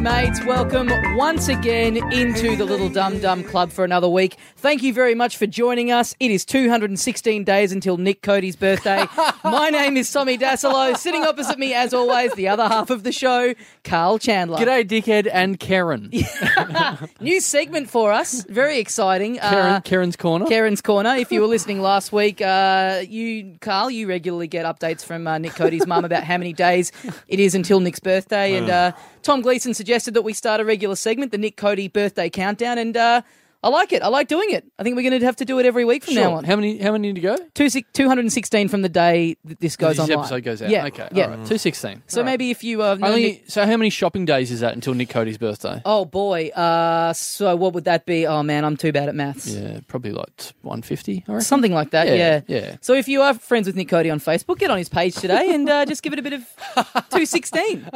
mates. Welcome once again into the Little Dum Dum Club for another week. Thank you very much for joining us. It is 216 days until Nick Cody's birthday. My name is Tommy Dasilo. Sitting opposite me, as always, the other half of the show, Carl Chandler. G'day, dickhead and Karen. New segment for us. Very exciting. Karen Uh, Karen's corner. Karen's Corner. If you were listening last week, uh, you, Carl, you regularly get updates from uh, Nick Cody's mum about how many days it is until Nick's birthday. And uh, Tom Gleason suggested that we start a regular segment, the Nick Cody birthday countdown. And uh, I like it. I like doing it. I think we're going to have to do it every week from Sure. now on. How many? How many to go? Two, si- 216 from the day that this goes this online. episode goes out. Yeah. Okay. Yeah. All right. Two sixteen. So maybe if you. Uh, know Only. Nick- So how many shopping days is that until Nick Cody's birthday? Oh boy! Uh, so what would that be? Oh man, I'm too bad at maths. Yeah, probably like one fifty. I reckon. Something like that, yeah, Yeah, yeah. So if you are friends with Nick Cody on Facebook, get on his page today and uh, just give it a bit of 216.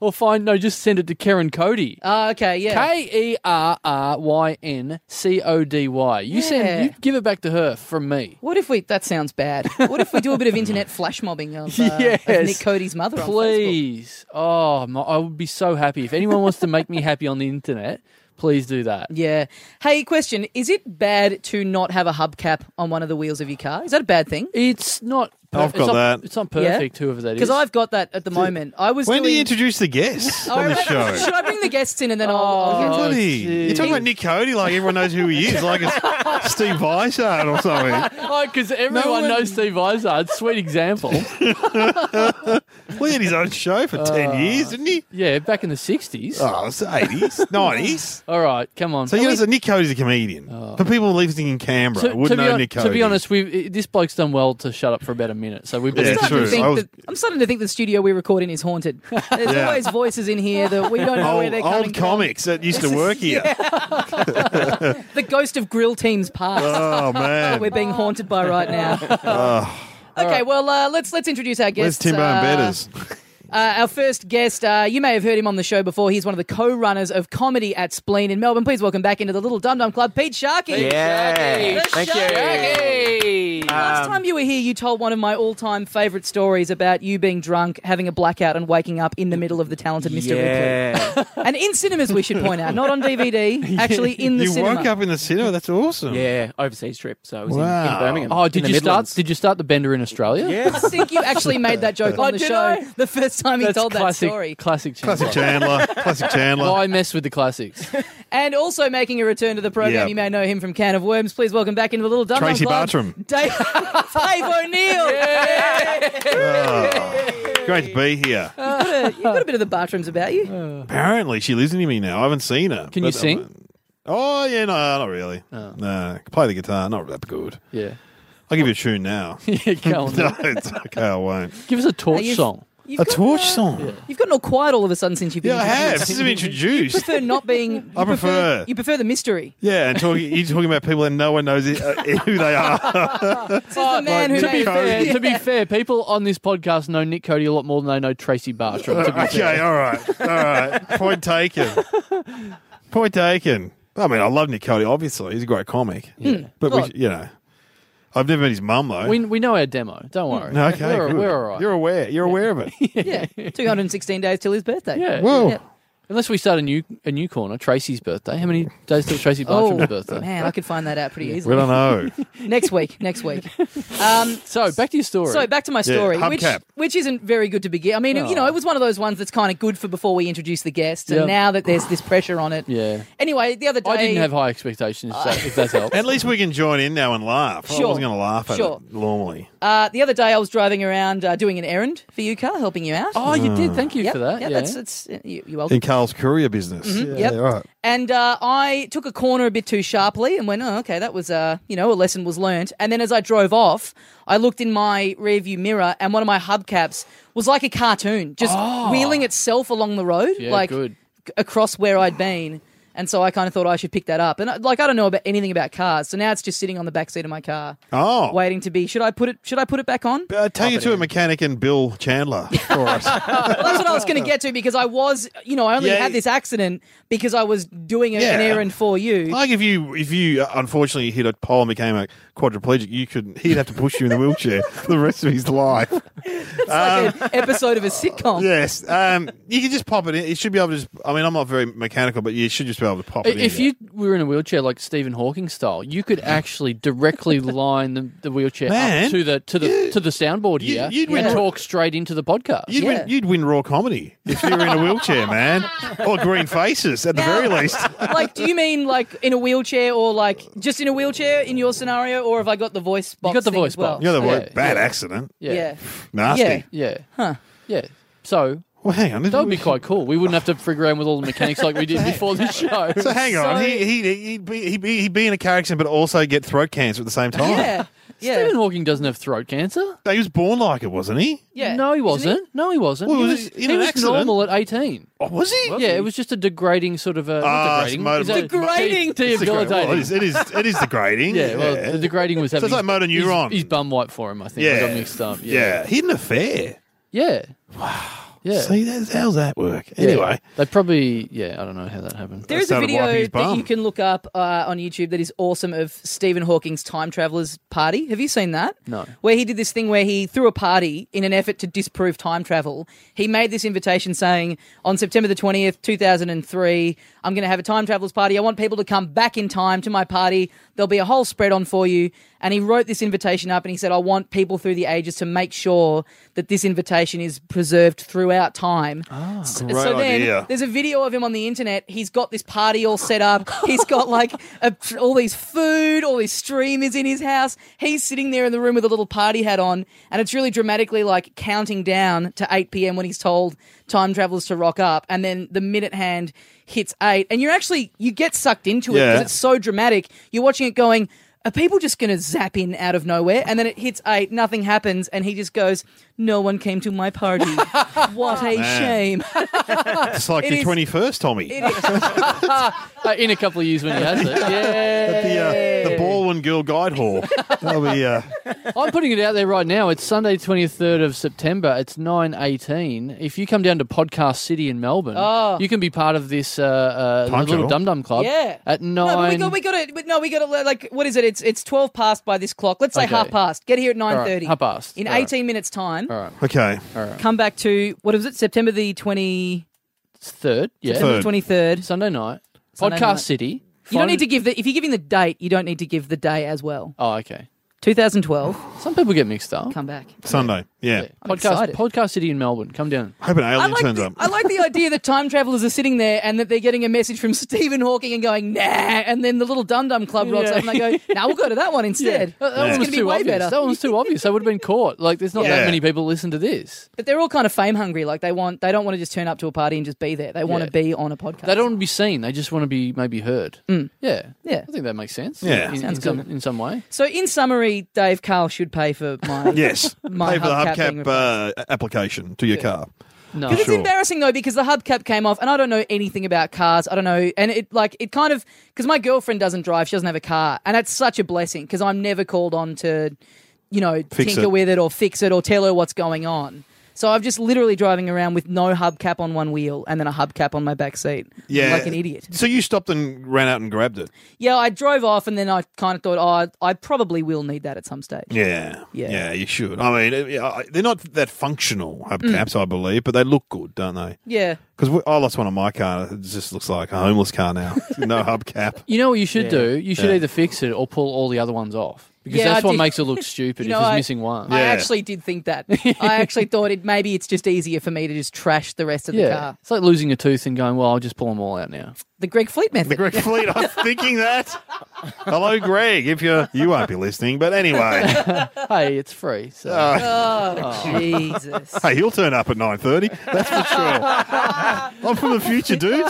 Or find no, just send it to Karen Cody. Uh, okay, yeah. K E R R Y N C O D Y. You Yeah. send. You give it back to her from me. What if we, that sounds bad. What if we do a bit of internet flash mobbing of, uh, of Yes. Nick Cody's mother on Facebook? Please. Oh, my, I would be so happy if anyone wants to make me happy on the internet. Please do that. Yeah. Hey, question. Is it bad to not have a hubcap on one of the wheels of your car? Is that a bad thing? It's not. Per- I've got it's not, that. It's not Yeah? perfect. Whoever that is. Because I've got that at the moment. I was When do doing- you introduce the guests Oh, on the wait, show? Should I bring the guests in and then I'll... I'll get- Oh, Bloody- gee. You're talking about Nick Cody, like everyone knows who he is, like it's Steve Bysard or something. Oh, because everyone one- knows Steve Izard. Sweet example. Well, he had his own show for 10 years, didn't he? yeah, back in the 60s. Oh, it's the 80s, 90s. All right, come on. So, you know, so Nick Cody's a comedian. But people living in Canberra To- would to, know be hon- Nick Cody. to be honest, we've, this bloke's done well to shut up for about a minute. So we Yeah, I'm better- starting, to true. I think was- that, I'm starting to think the studio we record in is haunted. There's Yeah. always voices in here that we don't know where old, they're coming old from. comics that used to work here. The ghost of grill team's past. Oh, man. We're being haunted by right now. okay, well uh, let's let's introduce our Uh. Where's guests. Timbo uh, and Betters? Uh, our first guest, uh, you may have heard him on the show before. He's one of the co-runners of comedy at Spleen in Melbourne. Please welcome back into the Little Dum Dum Club, Pete Sharkey. Yeah. The Thank you. Hey! Last Um, time you were here, you told one of my all-time favourite stories about you being drunk, having a blackout, and waking up in the middle of the talented Mr. Ripley. Yeah. And in cinemas, we should point out, not on DVD, actually in the You cinema. woke up in the cinema? That's awesome. yeah. Overseas trip. So I was in- in, Wow. Birmingham. Oh, did in the you start? Midlands. Did you start the bender in Australia? I yeah. think you actually made that joke on Oh, the did show I? the first time he That's told that classic. story. Classic. Classic Chandler. Chandler. Classic Chandler. Why mess with the classics? And also making a return to the program, Yeah. you may know him from Can of Worms. Please welcome back into the little dumb Tracy Club, Bartram. Dave, Dave O'Neill. Oh, Great to be here. You've got a bit of the Bartrams about you. Apparently, she lives in me now. I haven't seen her. Can you But, sing? Oh. um, oh yeah, no, not really. No, I can play the guitar, not that good. Yeah. I'll give you a tune now. yeah go on. no, it's okay, I won't. Give us a Are torch you- song. You've A got- uh, torch song. Yeah, You've gotten all quiet all of a sudden since you've been I have. introduced. Since I've been introduced. You prefer not being. you I prefer- You prefer the mystery. Yeah, and talking, you're talking about people that no one knows it, uh, who they are. This is the man who Oh, to be made. fair, Cody. to be fair, people on this podcast know Nick Cody a lot more than they know Tracy Bartram. To be okay, fair. all right, all right. Point taken. Point taken. I mean, I love Nick Cody. Obviously, he's a great comic. But we, God. you know, I've never met his mum though. Hmm. we, we know our demo. Don't worry. No, okay, we're, good. we're all right. You're aware. You're aware of it. Yeah, 216 days till his birthday. yeah. Whoa. Yeah. Unless we start a new a new corner, Tracy's birthday. How many days till Tracy Bartram's Oh birthday? man, I could find that out pretty We easily. don't know. Next week, next week. Um, So back to your story. So back to my Yeah, story, which hubcap. which isn't very good to begin. I mean, you know, No. it was one of those ones that's kind of good for before we introduce the guests, and Oh. Yeah. now that there's this pressure on it. Yeah. Anyway, the other day I didn't have high expectations. so if that helps. At least we can join in now and laugh. I Sure. wasn't going to laugh at Sure. it normally. uh, the other day I was driving around uh, doing an errand for you, Carl, helping you out. oh, you did. Thank you Yep, for that. Yeah, Yeah. that's that's you, you're welcome. In Carl's courier Yeah, business. Mm-hmm. Yep. right. And uh, I took a corner a bit too sharply and went, oh, okay, that was, uh, you know, a lesson was learnt. And then as I drove off, I looked in my rearview mirror and one of my hubcaps was like a Oh. cartoon, just wheeling itself along the road, Yeah, like good. c- across where I'd been. And so I kind of thought I should pick that up. And I, like I don't know about anything about cars, so now it's just sitting on the back seat of my car, Oh. waiting to be. Should I put it? Should I put it back on? Uh, take it to a mechanic and Bill Chandler for us. Well, that's what I was going to get to because I was, you know, I only Yeah. had this accident because I was doing a- Yeah. an errand for you. like if you if you uh, unfortunately hit a pole and became a quadriplegic, you couldn't. He'd have to push you in the wheelchair for the rest of his life. It's like an episode of a sitcom. Yes, um, you can just pop it in. You should be able to. just I mean, I'm not very mechanical, but you should just be able to pop it. If in you were in a wheelchair like Stephen Hawking style, you could actually directly line the, the wheelchair Man, up to the to the you- to the soundboard you- here you'd and win- talk straight into the podcast. You'd, Yeah. win, you'd win raw comedy if you were in a wheelchair, man, or green faces at the very least. Like, do you mean like in a wheelchair or like just in a wheelchair in your scenario, or have I got the voice box? got the thing voice as well? box. You know, the Yeah, bad yeah. accident, Yeah. yeah, nasty. Yeah. yeah, yeah. So Well, hang on, that would be quite cool. We wouldn't have to figure around with all the mechanics like we did before the show. So hang on, So- he, he, he'd, be, he'd, be, he'd be in a car accident, but also get throat cancer at the same time. Yeah. Yeah. Stephen Hawking doesn't have throat cancer. He was born like it, wasn't he? Yeah. No, he Isn't wasn't. No, he wasn't. Well, he was was, it in he an was accident? normal at 18 Oh, was he? yeah, it was just a degrading sort of a not Ah, it's degrading. motor- Is that- Degrading. de- It's degra- well, it, is, Debilitating. it is. It is degrading. Yeah, well, the degrading was having. it's like motor his- neuron. His, bum white for him, I think. Yeah. I got mixed up. yeah. Yeah. He had an affair. Yeah. Wow. Yeah. See, that's, how's that work? Yeah. Anyway, They probably. Yeah, I don't know how that happened. There is a started video wiping his that bum. you can look up uh, on YouTube that is awesome of Stephen Hawking's time travelers party. Have you seen that? No. Where he did this thing where he threw a party in an effort to disprove time travel. He made this invitation saying, "On September the twentieth, two thousand and three, I'm going to have a time travelers party. I want people to come back in time to my party. There'll be a whole spread on for you." And he wrote this invitation up, and he said, "I want people through the ages to make sure that this invitation is preserved throughout time." so, great so then idea. there's a video of him on the internet. He's got this party all set up. He's got like a, all these food, all his stream is in his house. He's sitting there in the room with a little party hat on, and it's really dramatically like counting down to 8 p.m. when he's told time travelers to rock up, and then the minute hand hits eight, and you're actually you get sucked into it because Yeah. it's so dramatic. You're watching it going. Are people just going to zap in out of nowhere? And then it hits eight, nothing happens, and he just goes, No one came to my party. What a Man. shame. it's like It your is- twenty first, Tommy. It is. Uh, in a couple of years when he has it. Yeah. The uh, the Baldwin Girl Guide Hall. That'll be. Uh, I'm putting it out there right now. It's Sunday, 23rd of September. It's 9.18. If you come down to Podcast City in Melbourne, Oh. you can be part of this uh, uh, the Time little travel. Dum Dum Club Yeah. at 9. No, but we got we got it. But no, we got to like what is it? It's it's twelve past by this clock. Let's say Okay. half past. Get here at nine thirty. half past. In All right. eighteen minutes time. All right. okay. Come back to what was it? September the twenty It's third. Yeah. Third. twenty third. Sunday night. Sunday Podcast night. City. You don't Find- need to give the if you're giving the date, you don't need to give the day as well. Oh, okay. Two thousand twelve. Some people get mixed up. Come back. Sunday. Yeah. I'm Podcast, excited. Podcast City in Melbourne. Come down. Hope an I alien like, turns the, up. I like the idea that time travelers are sitting there and that they're getting a message from Stephen Hawking and going, nah. And then the little Dum Dum Club rocks Yeah. up and they go, nah, we'll go to that one instead. That, that It's one was going to be too way obvious. better. That one was too obvious. They would have been caught. Like, there's not that Yeah. many people listen to this. But they're all kind of fame hungry. Like they want, they don't want to just turn up to a party and just be there. They want Yeah. to be on a podcast. They don't want to be seen. They just want to be maybe heard. Yeah. Mm. Yeah. I think that makes sense. Yeah. In, in, Sounds some, in some way. So, in summary, Dave Carl should pay for my Yes. My Pay for the hubcap being hubcap uh, application to your car. No. Because Sure. it's embarrassing though, because the hubcap came off, and I don't know anything about cars. I don't know, and it like it kind of because my girlfriend doesn't drive; she doesn't have a car, and that's such a blessing because I'm never called on to, you know, Fix tinker it. with it or fix it or tell her what's going on. So I'm just literally driving around with no hubcap on one wheel and then a hubcap on my back seat, Yeah. like an idiot. So you stopped and ran out and grabbed it. Yeah, I drove off, and then I kind of thought, oh, I, I probably will need that at some stage. Yeah. Yeah. Yeah, you should. I mean, it- I- they're not that functional hubcaps, I believe, but they look good, don't they? Yeah. Because I lost one on my car. It just looks like a homeless car now. no hubcap. You know what you should Yeah. do? You should Yeah. either fix it or pull all the other ones off. Because Yeah, that's I what did- makes it look stupid You know, if there's I- missing one. I Yeah. actually did think that. I actually thought it maybe it's just easier for me to just trash the rest of the yeah. car. It's like losing a tooth and going, well, I'll just pull them all out now. The Greg Fleet method. The Greg Fleet. I'm thinking that. Hello, Greg. If you're you won't be listening, but anyway, hey, it's free. So. oh, Jesus. hey, he'll turn up at nine thirty. That's for sure. I'm from the future, dude.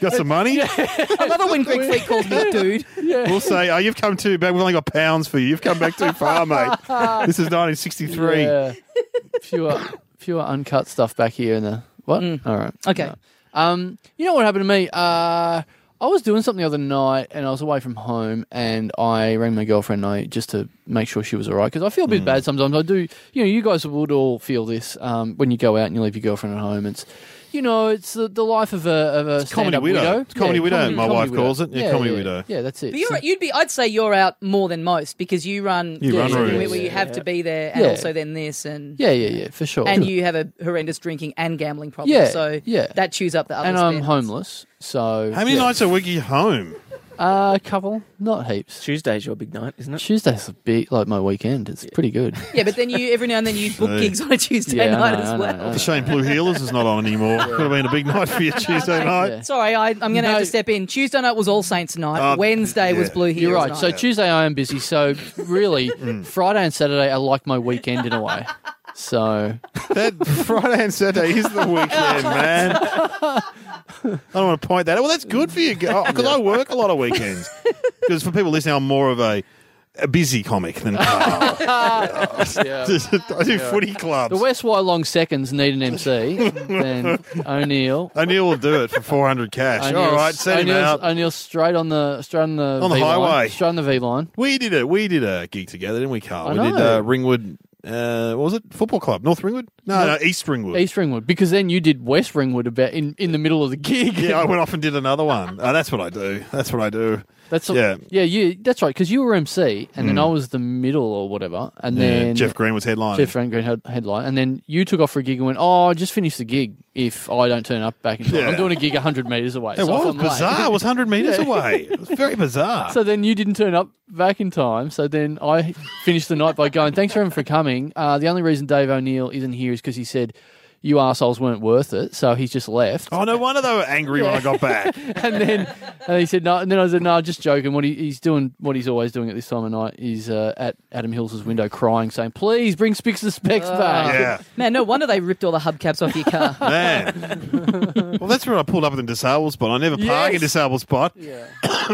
Got some money. I love it when Greg Fleet calls me dude. We'll say, oh, you've come too bad. We've only got pounds for you. You've come back too far, mate. This is 1963. Yeah. fewer, fewer uncut Mm. stuff back here in the what? All right. Okay. Um, you know what happened to me? Uh, I was doing something the other night and I was away from home and I rang my girlfriend and I, just to make sure she was all right because I feel a Mm. bit bad sometimes. I do, you know, you guys would all feel this um, when you go out and you leave your girlfriend at home. It's, you know, it's the, the life of a, of a comedy stand-up widow. It's comedy widow, my wife calls it. Yeah, comedy yeah, widow. Yeah, that's it. But you're, So- you'd be. I'd say you're out more than most because you run. You yeah, run something rooms. where you have to be there, and Yeah. also then this, and yeah, yeah, yeah, for sure. and you have a horrendous drinking and gambling problem. Yeah, so yeah. that chews up the other. and I'm homeless, so How many yeah. nights a week are you home? Uh, a couple, not heaps. Tuesday's your big night, isn't it? Tuesday's a bit like my weekend. It's pretty good. Yeah, but then you every now and then you book Hey. gigs on a Tuesday Yeah, I night know, I as know, I well. know. The Shane Blue Healers is not on anymore. Could have been a big night for you Tuesday night. Yeah. Sorry, I, I'm going to No. Oh, have to step in. Tuesday night was All Saints night. Uh, Wednesday was yeah. Blue Heroes You're right. night. So Tuesday I am busy. So really, Mm. Friday and Saturday are like my weekend in a way. So That Friday and Saturday is the weekend, man. I don't want to point that. out. Well, that's good for you because I work a lot of weekends. Because for people listening, I'm more of a, a busy comic than Carl. I do footy clubs. the West Y Long seconds need an MC. then O'Neill. O'Neill will do it for 400 cash. All O'Neill's- right, send him O'Neill's- out. O'Neill's straight on the straight on the On the V line, highway. Straight on the V line. we did it. We did a gig together, didn't we, Carl? I we did know. uh, Ringwood. Uh, what was it? Football club, North Ringwood? No, no, East Ringwood. East Ringwood, because then you did West Ringwood about in, in the middle of the gig. Yeah, I went off and did another one. Uh, that's what I do. That's what I do. that's yeah. Mm. yeah, yeah. You that's right because you were MC, and then I was the middle or whatever, and Yeah, then Jeff Green was headlining. Jeff Frank Green had, headline, and then you took off for a gig and went, "Oh, I just finished the gig. If I don't turn up back in time, Yeah. I'm doing a gig hundred meters away." It so if was I'm late- bizarre. It was 100 metres away. It was very bizarre. So then you didn't turn up back in time. So then I finished the night by going, "Thanks everyone for coming. Uh, the only reason Dave O'Neill isn't here is because he said." You assholes weren't worth it, so he's just left. oh, no wonder they were angry when I got back. and then and he said no. And then I said no, just joking. What he, he's doing, what he's always doing at this time of night, is uh, at Adam Hills' window crying, saying, "Please bring Spicks the Specs back." Yeah, Man, no wonder they ripped all the hubcaps off your car. man. Well, that's when I pulled up with a disabled spot. I never park in Yes. disabled spot,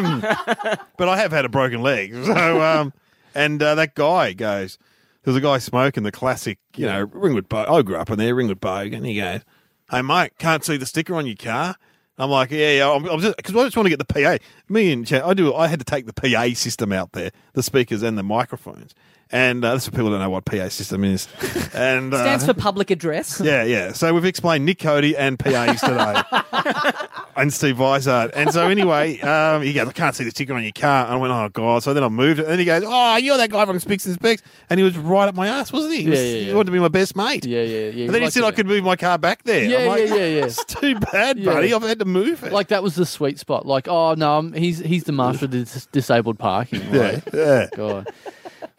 but I have had a broken leg. So, um, and uh, that guy goes, there's a guy smoking the classic, you know, Ringwood Bogue. I grew up in there, Ringwood Bogue, and he goes, "Hey, mate, can't see the sticker on your car." I'm like, yeah, yeah, I'm, I'm just because I just want to get the PA. Me and Chad, I do. I had to take the PA system out there, the speakers and the microphones, and uh, that's for people who don't know what PA system is. And uh, Stands for public address. yeah, yeah. So we've explained Nick Cody and PAs today, and Steve Weisart. And so anyway, um, he goes, "I can't see the sticker on your car." And I went, "Oh God!" So then I moved it, and then he goes, "Oh, you're that guy from Speaks and Specs," and he was right up my ass, wasn't he? He, was- Yeah, yeah, yeah. he wanted to be my best mate. yeah, yeah, yeah. And then he Like said I that. could move my car back there. Yeah, I'm like, yeah, yeah, yeah. It's too bad, Yeah. buddy. I've had to move it. Like that was the sweet spot. Like, oh no, I'm, he's he's the master of dis- disabled parking. yeah, Like, yeah. God.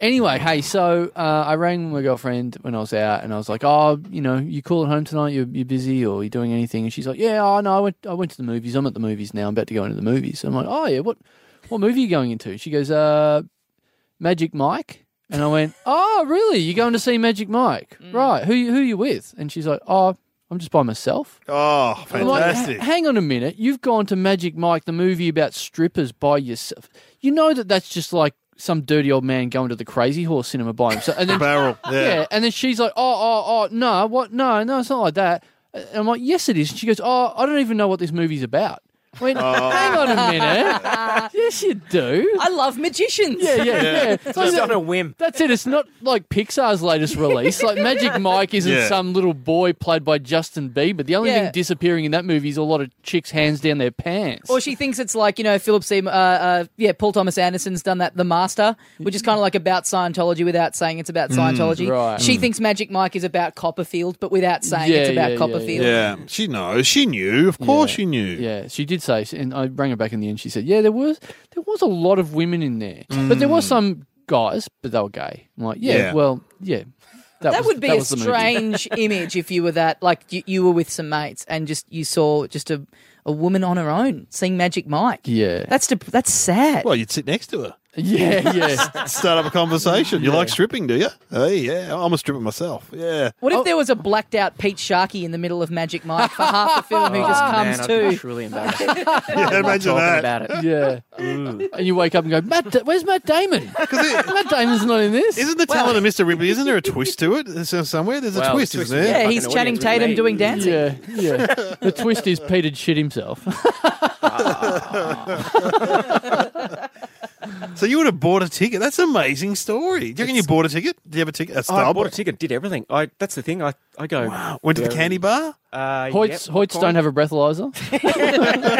Anyway, hey, so uh, I rang my girlfriend when I was out, and I was like, "Oh, you know, you call at home tonight? You're, you're busy, or you're doing anything?" And she's like, "Yeah, oh no, I went, I went to the movies. I'm at the movies now. I'm about to go into the movies." I'm like, "Oh yeah, what, what movie are you going into?" She goes, "Uh, Magic Mike." And I went, "Oh, really? You're going to see Magic Mike, right? Who you- who you with?" And she's like, "Oh, I'm just by myself." Oh, I'm like, fantastic. "H- Hang on a minute. You've gone to Magic Mike, the movie about strippers, by yourself. You know that that's just like some dirty old man going to the Crazy Horse cinema by himself. And then, Barrel. Yeah. yeah, and then she's like, oh, oh, oh, no, what? No, no, it's not like that. And I'm like, yes, it is. And she goes, oh, I don't even know what this movie's about. I went, hang on a minute. yes, you do. I love magicians. Yeah, yeah, yeah. Just on a whim. That's it. It's not like Pixar's latest release. Like Magic Mike isn't Yeah. some little boy played by Justin Bieber. The only Yeah. thing disappearing in that movie is a lot of chicks' hands down their pants. Or she thinks it's like you know Philip Seymour, uh, uh, yeah, Paul Thomas Anderson's done that, The Master, which is kind of like about Scientology without saying it's about Scientology. Mm, right. Mm. She thinks Magic Mike is about Copperfield, but without saying Yeah, it's yeah, about yeah, Copperfield. Yeah. She knows. She knew. Of course, Yeah. she knew. yeah, she did say, and I rang her back in the end. She said, "Yeah, there was there was a lot of women in there, but there was some guys, but they were gay." I'm like, "Yeah, Mm. Yeah. well, yeah." That was- would be a was the movie. strange image if you were that, like you, you were with some mates and just you saw just a, a woman on her own seeing Magic Mike. Yeah. That's dep- that's sad. Well, you'd sit next to her. Yeah, yeah. start up a conversation. You like stripping, do you? Hey, yeah, I'm a stripper myself. Yeah. what if there was a blacked out Pete Sharkey in the middle of Magic Mike for half the film who just comes Oh, man, I'd be to? truly embarrassed. I'm yeah not imagine talking that. about it. Yeah, and you wake up and go, Matt, Da- where's Matt Damon? Matt Damon's not in this. Isn't the talent of Mr. Ripley, isn't there a twist to it? There's some- Somewhere there's a Well, twist, twist, isn't there? Yeah, Fucking he's audience Channing with Tatum me. doing dancing. Yeah, yeah. the twist is Peter shit himself. So you would have bought a ticket. That's an amazing story. Do you reckon you bought a ticket? Do you have a ticket? A I style bought a ticket, did everything. I that's the thing. I I go. Wow. Went to the candy bar. Uh, Hoyts, yep, Hoyts Hong don't Kong. have a breathalyzer.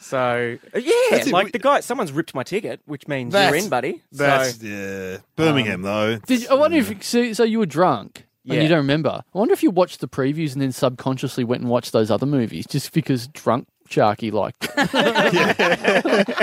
So yeah, That's it, like we- the guy, someone's ripped my ticket, which means you're That's- in, buddy. That's so yeah. Um, Birmingham though. Did you, I wonder if so, so you were drunk and you Yeah. don't remember. I wonder if you watched the previews and then subconsciously went and watched those other movies just because drunk Sharky liked. it.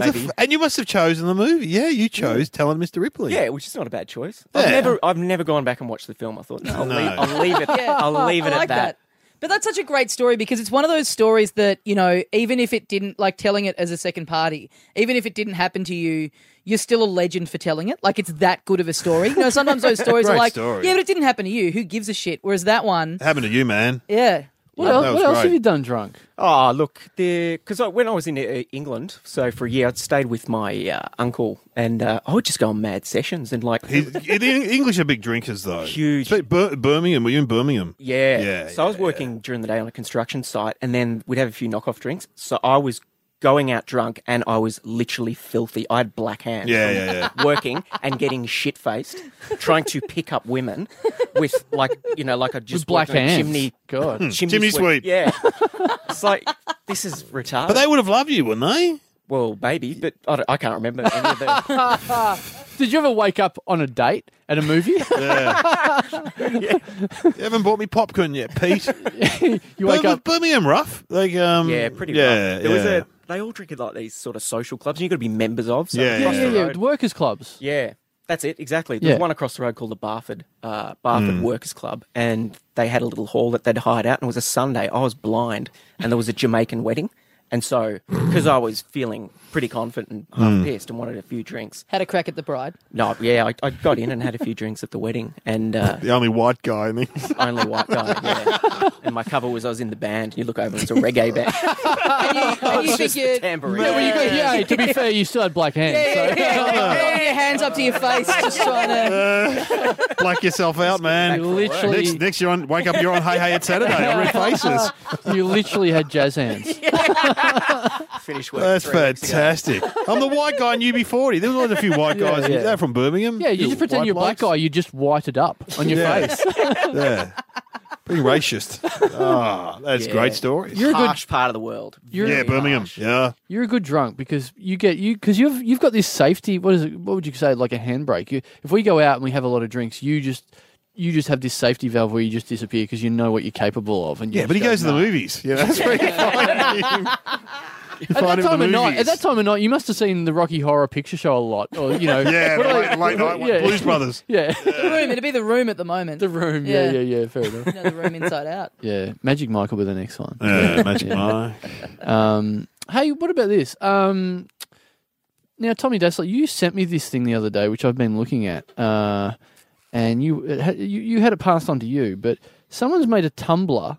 It's a f- and you must have chosen the movie. Yeah, you chose Telling Mr. Ripley. yeah, which is not a bad choice. Yeah. I've never I've never gone back and watched the film. I thought no, I'll, No. Leave, I'll leave it. Yeah, I'll leave it I at like that. But that's such a great story because it's one of those stories that, you know, even if it didn't, like telling it as a second party, even if it didn't happen to you, you're still a legend for telling it. Like it's that good of a story. You know, sometimes those stories are Great like, story. yeah, but it didn't happen to you. Who gives a shit? Whereas that one, It happened to you, man. yeah. What, Yeah, else, that was what else great. have you done drunk? Oh, look, because I, when I was in uh, England, so for a year, I'd stayed with my uh, uncle, and uh, I would just go on mad sessions and like, He's, in- English are big drinkers though. Huge. But Bir- Birmingham. Were you in Birmingham? yeah. Yeah, So I was yeah, working during the day on a construction site, and then we'd have a few knockoff drinks. So I was going out drunk, and I was literally filthy. I had black hands. Yeah, from yeah, yeah. Working and getting shit faced, trying to pick up women with like you know like I just With black worked on a hands. chimney Hmm. God. chimney, Chimney sweep. Yeah, it's like this is retarded. But they would have loved you, wouldn't they? Well, maybe, but I, don't- I can't remember. Any of the, Did you ever wake up on a date at a movie? You haven't bought me popcorn yet, Pete. you wake Bir- up. Birmingham rough. Like um. yeah, pretty Yeah, rough. There was yeah. a. They all drink at like these sort of social clubs, and you've got to be members of. So Yeah, Yeah, across yeah, the yeah. road- The workers' clubs. yeah. That's it, exactly. There's Yeah. one across the road called the Barford uh, Barford Hmm. Workers Club, and they had a little hall that they'd hired out, and it was a Sunday. I was blind, and there was a Jamaican wedding, and so because I was feeling pretty confident and half Hmm. pissed and wanted a few drinks, Had a crack at the bride. no, yeah, I, I got in and had a few drinks at the wedding, and uh, The only white guy in the only white guy. Yeah. And my cover was I was in the band, and you look over, and it's a reggae band. And you, and you think just you're. the tambourine. Yeah, well, you got, Yeah. yeah, to be fair, you still had black hands. Yeah, yeah, yeah. Your hands up to your face, just trying to. black yourself out, So man. you Next, literally, next, you're on. Wake up, you're on. Hey, hey, it's Saturday. I read faces. you literally had jazz hands. Finish work. That's three weeks ago. fantastic. I'm the white guy in UB40. There was always a few white Yeah, guys. in- yeah. They're from Birmingham. Yeah, you just pretend white you're a black guy. blokes. You just white it up on your Yeah. face. Yeah. Pretty racist. Ah, that's Yeah. great stories. You're a good Harsh part of the world. You're- yeah, Very Birmingham. harsh. Yeah. You're a good drunk because you get you because you've you've got this safety. What is it? What would you say? Like a handbrake. You, if we go out and we have a lot of drinks, you just you just have this safety valve where you just disappear because you know what you're capable of. And you Yeah, but he just goes to go, the "Nah." movies. Yeah, that's where you find him. You At find that him at time the of night, at movies. that time of night, you must have seen the Rocky Horror Picture Show a lot, or you know, Yeah, what the are late, they- late night one. yeah. Blues Brothers. yeah, The room, it'd be the room at the moment. the room, yeah, yeah, Yeah. yeah, fair enough. You know, the room inside out. Yeah, Magic Mike will be the next one. Yeah, Magic Mike. Um, hey, what about this? Um, now, Tommy Dassler, you sent me this thing the other day, which I've been looking at, uh, and you, it had, you you had it passed on to you, but someone's made a Tumblr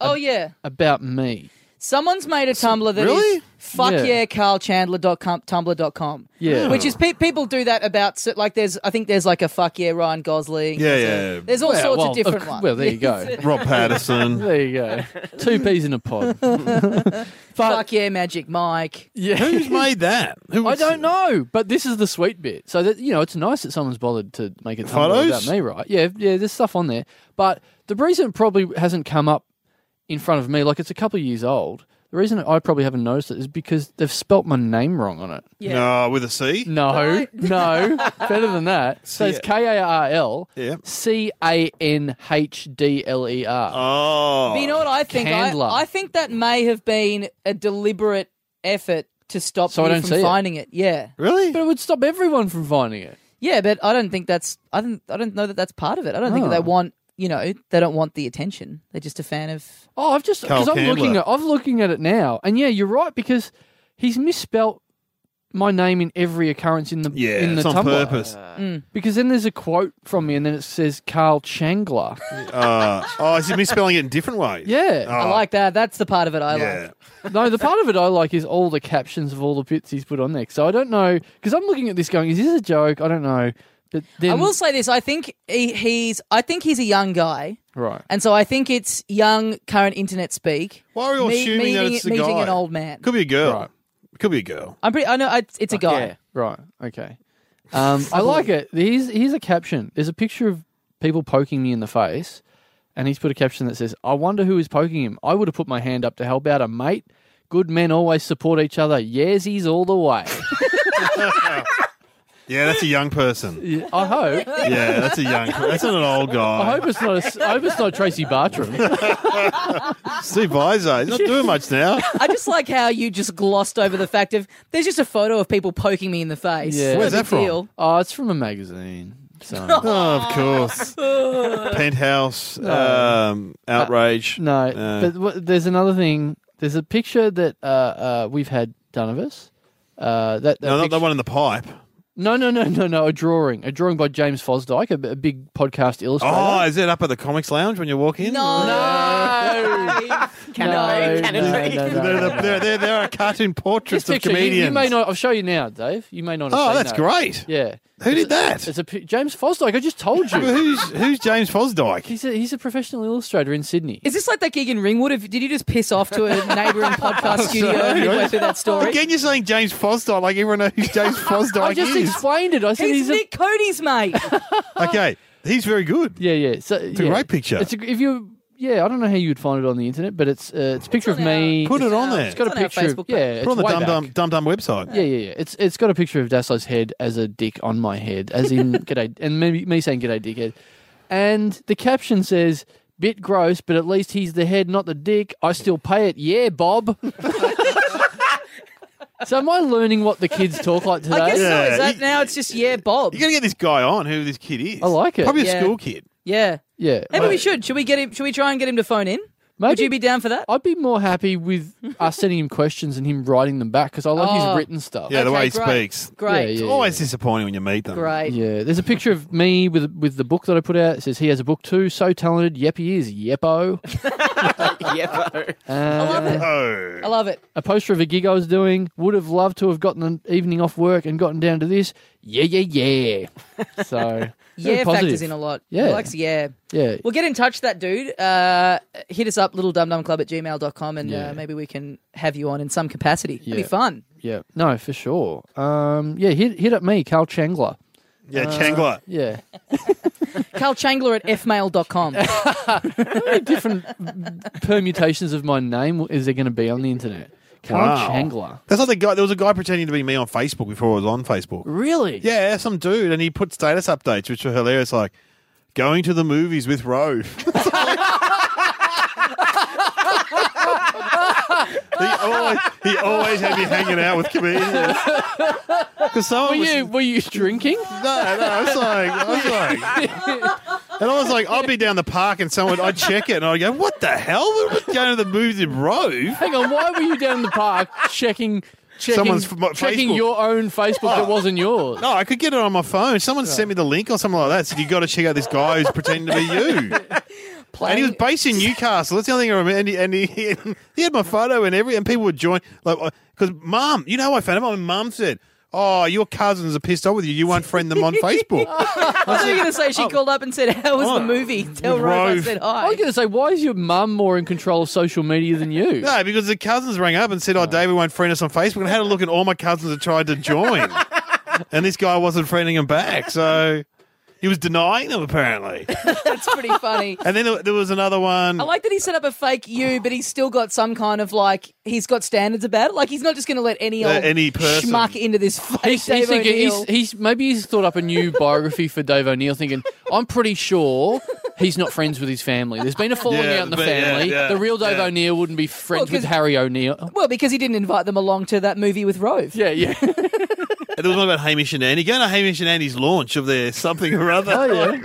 Oh, yeah. about me. Someone's made a Tumblr that is really? fuck Yeah. yeah, carlchandler.com, tumblr.com. Yeah. Which is pe- people do that about, cer- like, there's, I think there's like a fuck yeah, Ryan Gosling. Yeah, There's yeah, a- yeah. There's all Yeah, sorts well, of different of- ones. Well, there you go. Rob Patterson. There you go. Two peas in a pod. but fuck yeah, Magic Mike. yeah, Who's made that? Who I was- don't know, but this is the sweet bit. So that you know, it's nice that someone's bothered to make a Tumblr Photos? about me, right? Yeah, yeah. There's stuff on there, but the reason it probably hasn't come up in front of me, like it's a couple of years old. The reason I probably haven't noticed it is because they've spelt my name wrong on it. Yeah. No, with a C. No, no, better than that. So it's Yeah. K A R L Yeah. C A N H D L E R. Oh. But you know what I think? I, Candler. I think that may have been a deliberate effort to stop So I you don't see from it. finding it. Yeah. really? But it would stop everyone from finding it. Yeah, but I don't think that's, I don't, I don't know that that's part of it. I don't think Oh. they want, you know, they don't want the attention. They're just a fan of. Oh, I've just Carl because I'm Candler. looking at I'm looking at it now, and yeah, you're right because he's misspelt my name in every occurrence in the Yeah, in the it's on Tumblr. purpose. Because then there's a quote from me, and then it says Carl Changler. Uh, oh, is it misspelling it in different ways? yeah, I like that. That's the part of it I Oh. yeah. like. no, the part of it I like is all the captions of all the bits he's put on there. So I don't know because I'm looking at this going, is this a joke? I don't know. But then, I will say this: I think he, he's, I think he's a young guy, right. and so I think it's young current internet speak. Why are we all Me- assuming that meeting- it's a meeting guy? an old man? Could be a girl. Right. Could be a girl. I'm pretty. I know it's, it's a guy. Yeah. Right. Okay. Um, I like it. Here's here's a caption. There's a picture of people poking me in the face, and he's put a caption that says, "I wonder who is poking him. I would have put my hand up to help out a mate. Good men always support each other. Yezies all the way. Yeah, that's a young person. Yeah, I hope. Yeah, that's a young. That's not an old I guy. hope it's not. A, s- I hope it's not Tracy Bartram. Steve Vizo. He's not doing much now. I just like how you just glossed over the fact of there's just a photo of people poking me in the face. Yeah. No Where's big that from? deal. Oh, it's from a magazine. So Oh, of course. Penthouse. Um, outrage. no. Uh, but w- there's another thing. There's a picture that uh, uh, we've had done of us. Uh, that, that no, not picture- the one in the pipe. No, no, no, no, no. A drawing, a drawing by James Fosdyke, a, a big podcast illustrator. Oh, is it up at the Comics Lounge when you walk in? No. no. no, Can it be? Can no, it be? no, no, There, no, there, there, there, there are cartoon This portraits of picture, you- comedians. You, may not. I'll show you now, Dave. You may not. Have oh, seen that's that. great. Yeah, Who did that? it's a pi- James Fosdyke. I just told Well, you. who's who's James Fosdyke? He's a, he's a professional illustrator in Sydney. Is this like that gig in Ringwood? If, did you just piss off to a neighbouring podcast studio midway through that story? Again, you're saying James Fosdyke like everyone knows who James Fosdyke I just is. explained it. I said He's he's, a Nick Cody's mate. okay, he's very good. yeah, yeah. So It's a great picture. It's a, if you yeah, I don't know how you would find it on the internet, but it's uh, it's a picture of on our- me. Put it on there. It's got a It's on our picture. Of, Facebook page. yeah, Put on it's the way Dum back. Dum Dum Dum website. Yeah, yeah, yeah. It's it's got a picture of Daslow's head as a dick on my head, as in g'day, and me, me saying g'day, dickhead. And the caption says, "Bit gross, but at least he's the head, not the dick. I still pay it. Yeah, Bob." so am I learning what the kids talk like today? I guess so. Yeah, Is that you- now? It's just yeah, Bob. You got to get this guy on, who this kid is. I like it. Probably Yeah. a school kid. Yeah. Yeah, Maybe we Mate, should. Should we get him? Should we try and get him to phone in? Would maybe- you be down for that? I'd be more happy with us sending him questions and him writing them back because I like Oh. his written stuff. Yeah, the Okay, way he great. speaks. Great. Yeah, It's always disappointing when you meet them. Great. Yeah, there's a picture of me with with the book that I put out. It says he has a book too. So talented. Yep, he is. Yepo. Yep. Uh, I love it. Oh, I love it. a poster of a gig I was doing. Would have loved to have gotten an evening off work and gotten down to this. Yeah, yeah, yeah. So Yeah, very positive. factors in a lot. Yeah. He likes yeah. Yeah, Well, get in touch, that dude. Uh, hit us up, littledumdumclub at gmail.com, and Yeah. uh, maybe we can have you on in some capacity. It'd be Yeah. fun. yeah. No, for sure. Um, yeah, hit hit up me, Carl Changler. yeah, Changler. Yeah, Carl Changler at fmail.com. different permutations of my name is there going to be on the internet? Carl Wow. Changler. That's like the guy. There was a guy pretending to be me on Facebook before I was on Facebook. Really? Yeah, some dude, and he put status updates, which were hilarious, like going to the movies with Rove. he, always, he always had me hanging out with comedians. Because Were someone was, you were you drinking? no, no, I was like, I was like, and I was like, I'd be down the park and someone, I'd check it and I'd go, what the hell? We're going to the movies with Rove. Hang on, why were you down in the park checking checking, Someone's f- my Oh. checking Facebook? your own Facebook that wasn't yours? No, I could get it on my phone. Someone sent me the link or something like that. Said you got to check out this guy who's pretending to be you. And he was based in Newcastle. That's the only thing I remember. And he, and he, he had my photo and every and people would join like because mum, you know, how I found him. My mum said, "Oh, your cousins are pissed off with you. You won't friend them on Facebook." I was going to say she called up and said, How was the Oh. movie? Tell Oh. Rose Oh, I Rove. said I hi. was going to say, why is your mum more in control of social media than you? no, because the cousins rang up and said, "Oh, David won't friend us on Facebook." And I had a look, and all my cousins had tried to join, and this guy wasn't friending them back. So he was denying them apparently. That's pretty funny. And then there- there was another one. I like that he set up a fake you, but he's still got some kind of like, he's got standards about it. Like, he's not just going to let any Uh, old any person. schmuck into this fake He's, he's Dave thinking O'Neill. he's, he's maybe he's thought up a new biography for Dave O'Neill. Thinking I'm pretty sure he's not friends with his family. There's been a falling Yeah, out in the but yeah, family. yeah, the real Dave yeah. O'Neill wouldn't be friends Well, 'cause- with Harry O'Neill. Well, because he didn't invite them along to that movie with Rove. Yeah, yeah. And there was one about Hamish and Andy. Going to Hamish and Andy's launch of their something or other. Oh, yeah.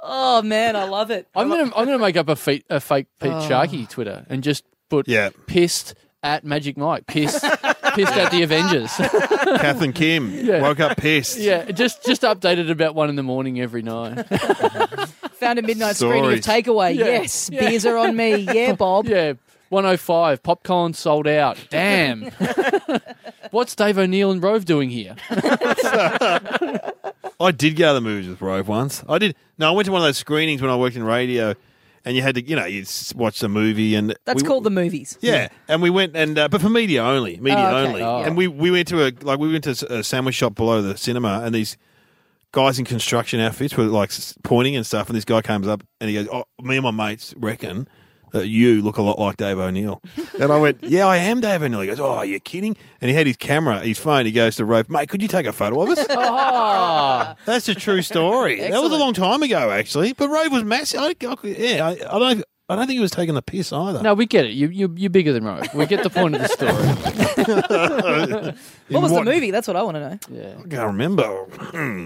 Oh, man, I love it. I'm gonna I'm gonna make up a, fe- a fake Pete Sharkey Twitter and just put Yeah. pissed at Magic Mike, pissed pissed at the Avengers. Kath and Kim woke up pissed. Yeah, just just updated about one in the morning every night. Found a midnight screening of Stories. Takeaway. Yeah. Yes, Yeah. beers are on me. Yeah, Bob. yeah, one oh five. Popcorn sold out. Damn. What's Dave O'Neill and Rove doing here? I I did go to the movies with Rove once. I did. No, I went to one of those screenings when I worked in radio, and you had to, you know, you s- watch the movie and That's we- called the movies. Yeah, and we went and uh, but for media only, media Oh, okay. only. Oh. And we we went to a like we went to a sandwich shop below the cinema, and these guys in construction outfits were like s- pointing and stuff. And this guy comes up and he goes, "Oh, me and my mates reckon." That you look a lot like Dave O'Neill, and I went, "Yeah, I am Dave O'Neill." He goes, "Oh, are you kidding?" And he had his camera, his phone. He goes to Rope, "Mate, could you take a photo of us?" Oh, That's a true story. that was a Excellent. long time ago, actually. But Rove was massive. I, I, yeah, I, I don't. I don't think he was taking the piss either. no, we get it. You, you, you're bigger than Rove. We get the point of the story. What was What- the movie? That's what I want to know. Yeah. I can't remember.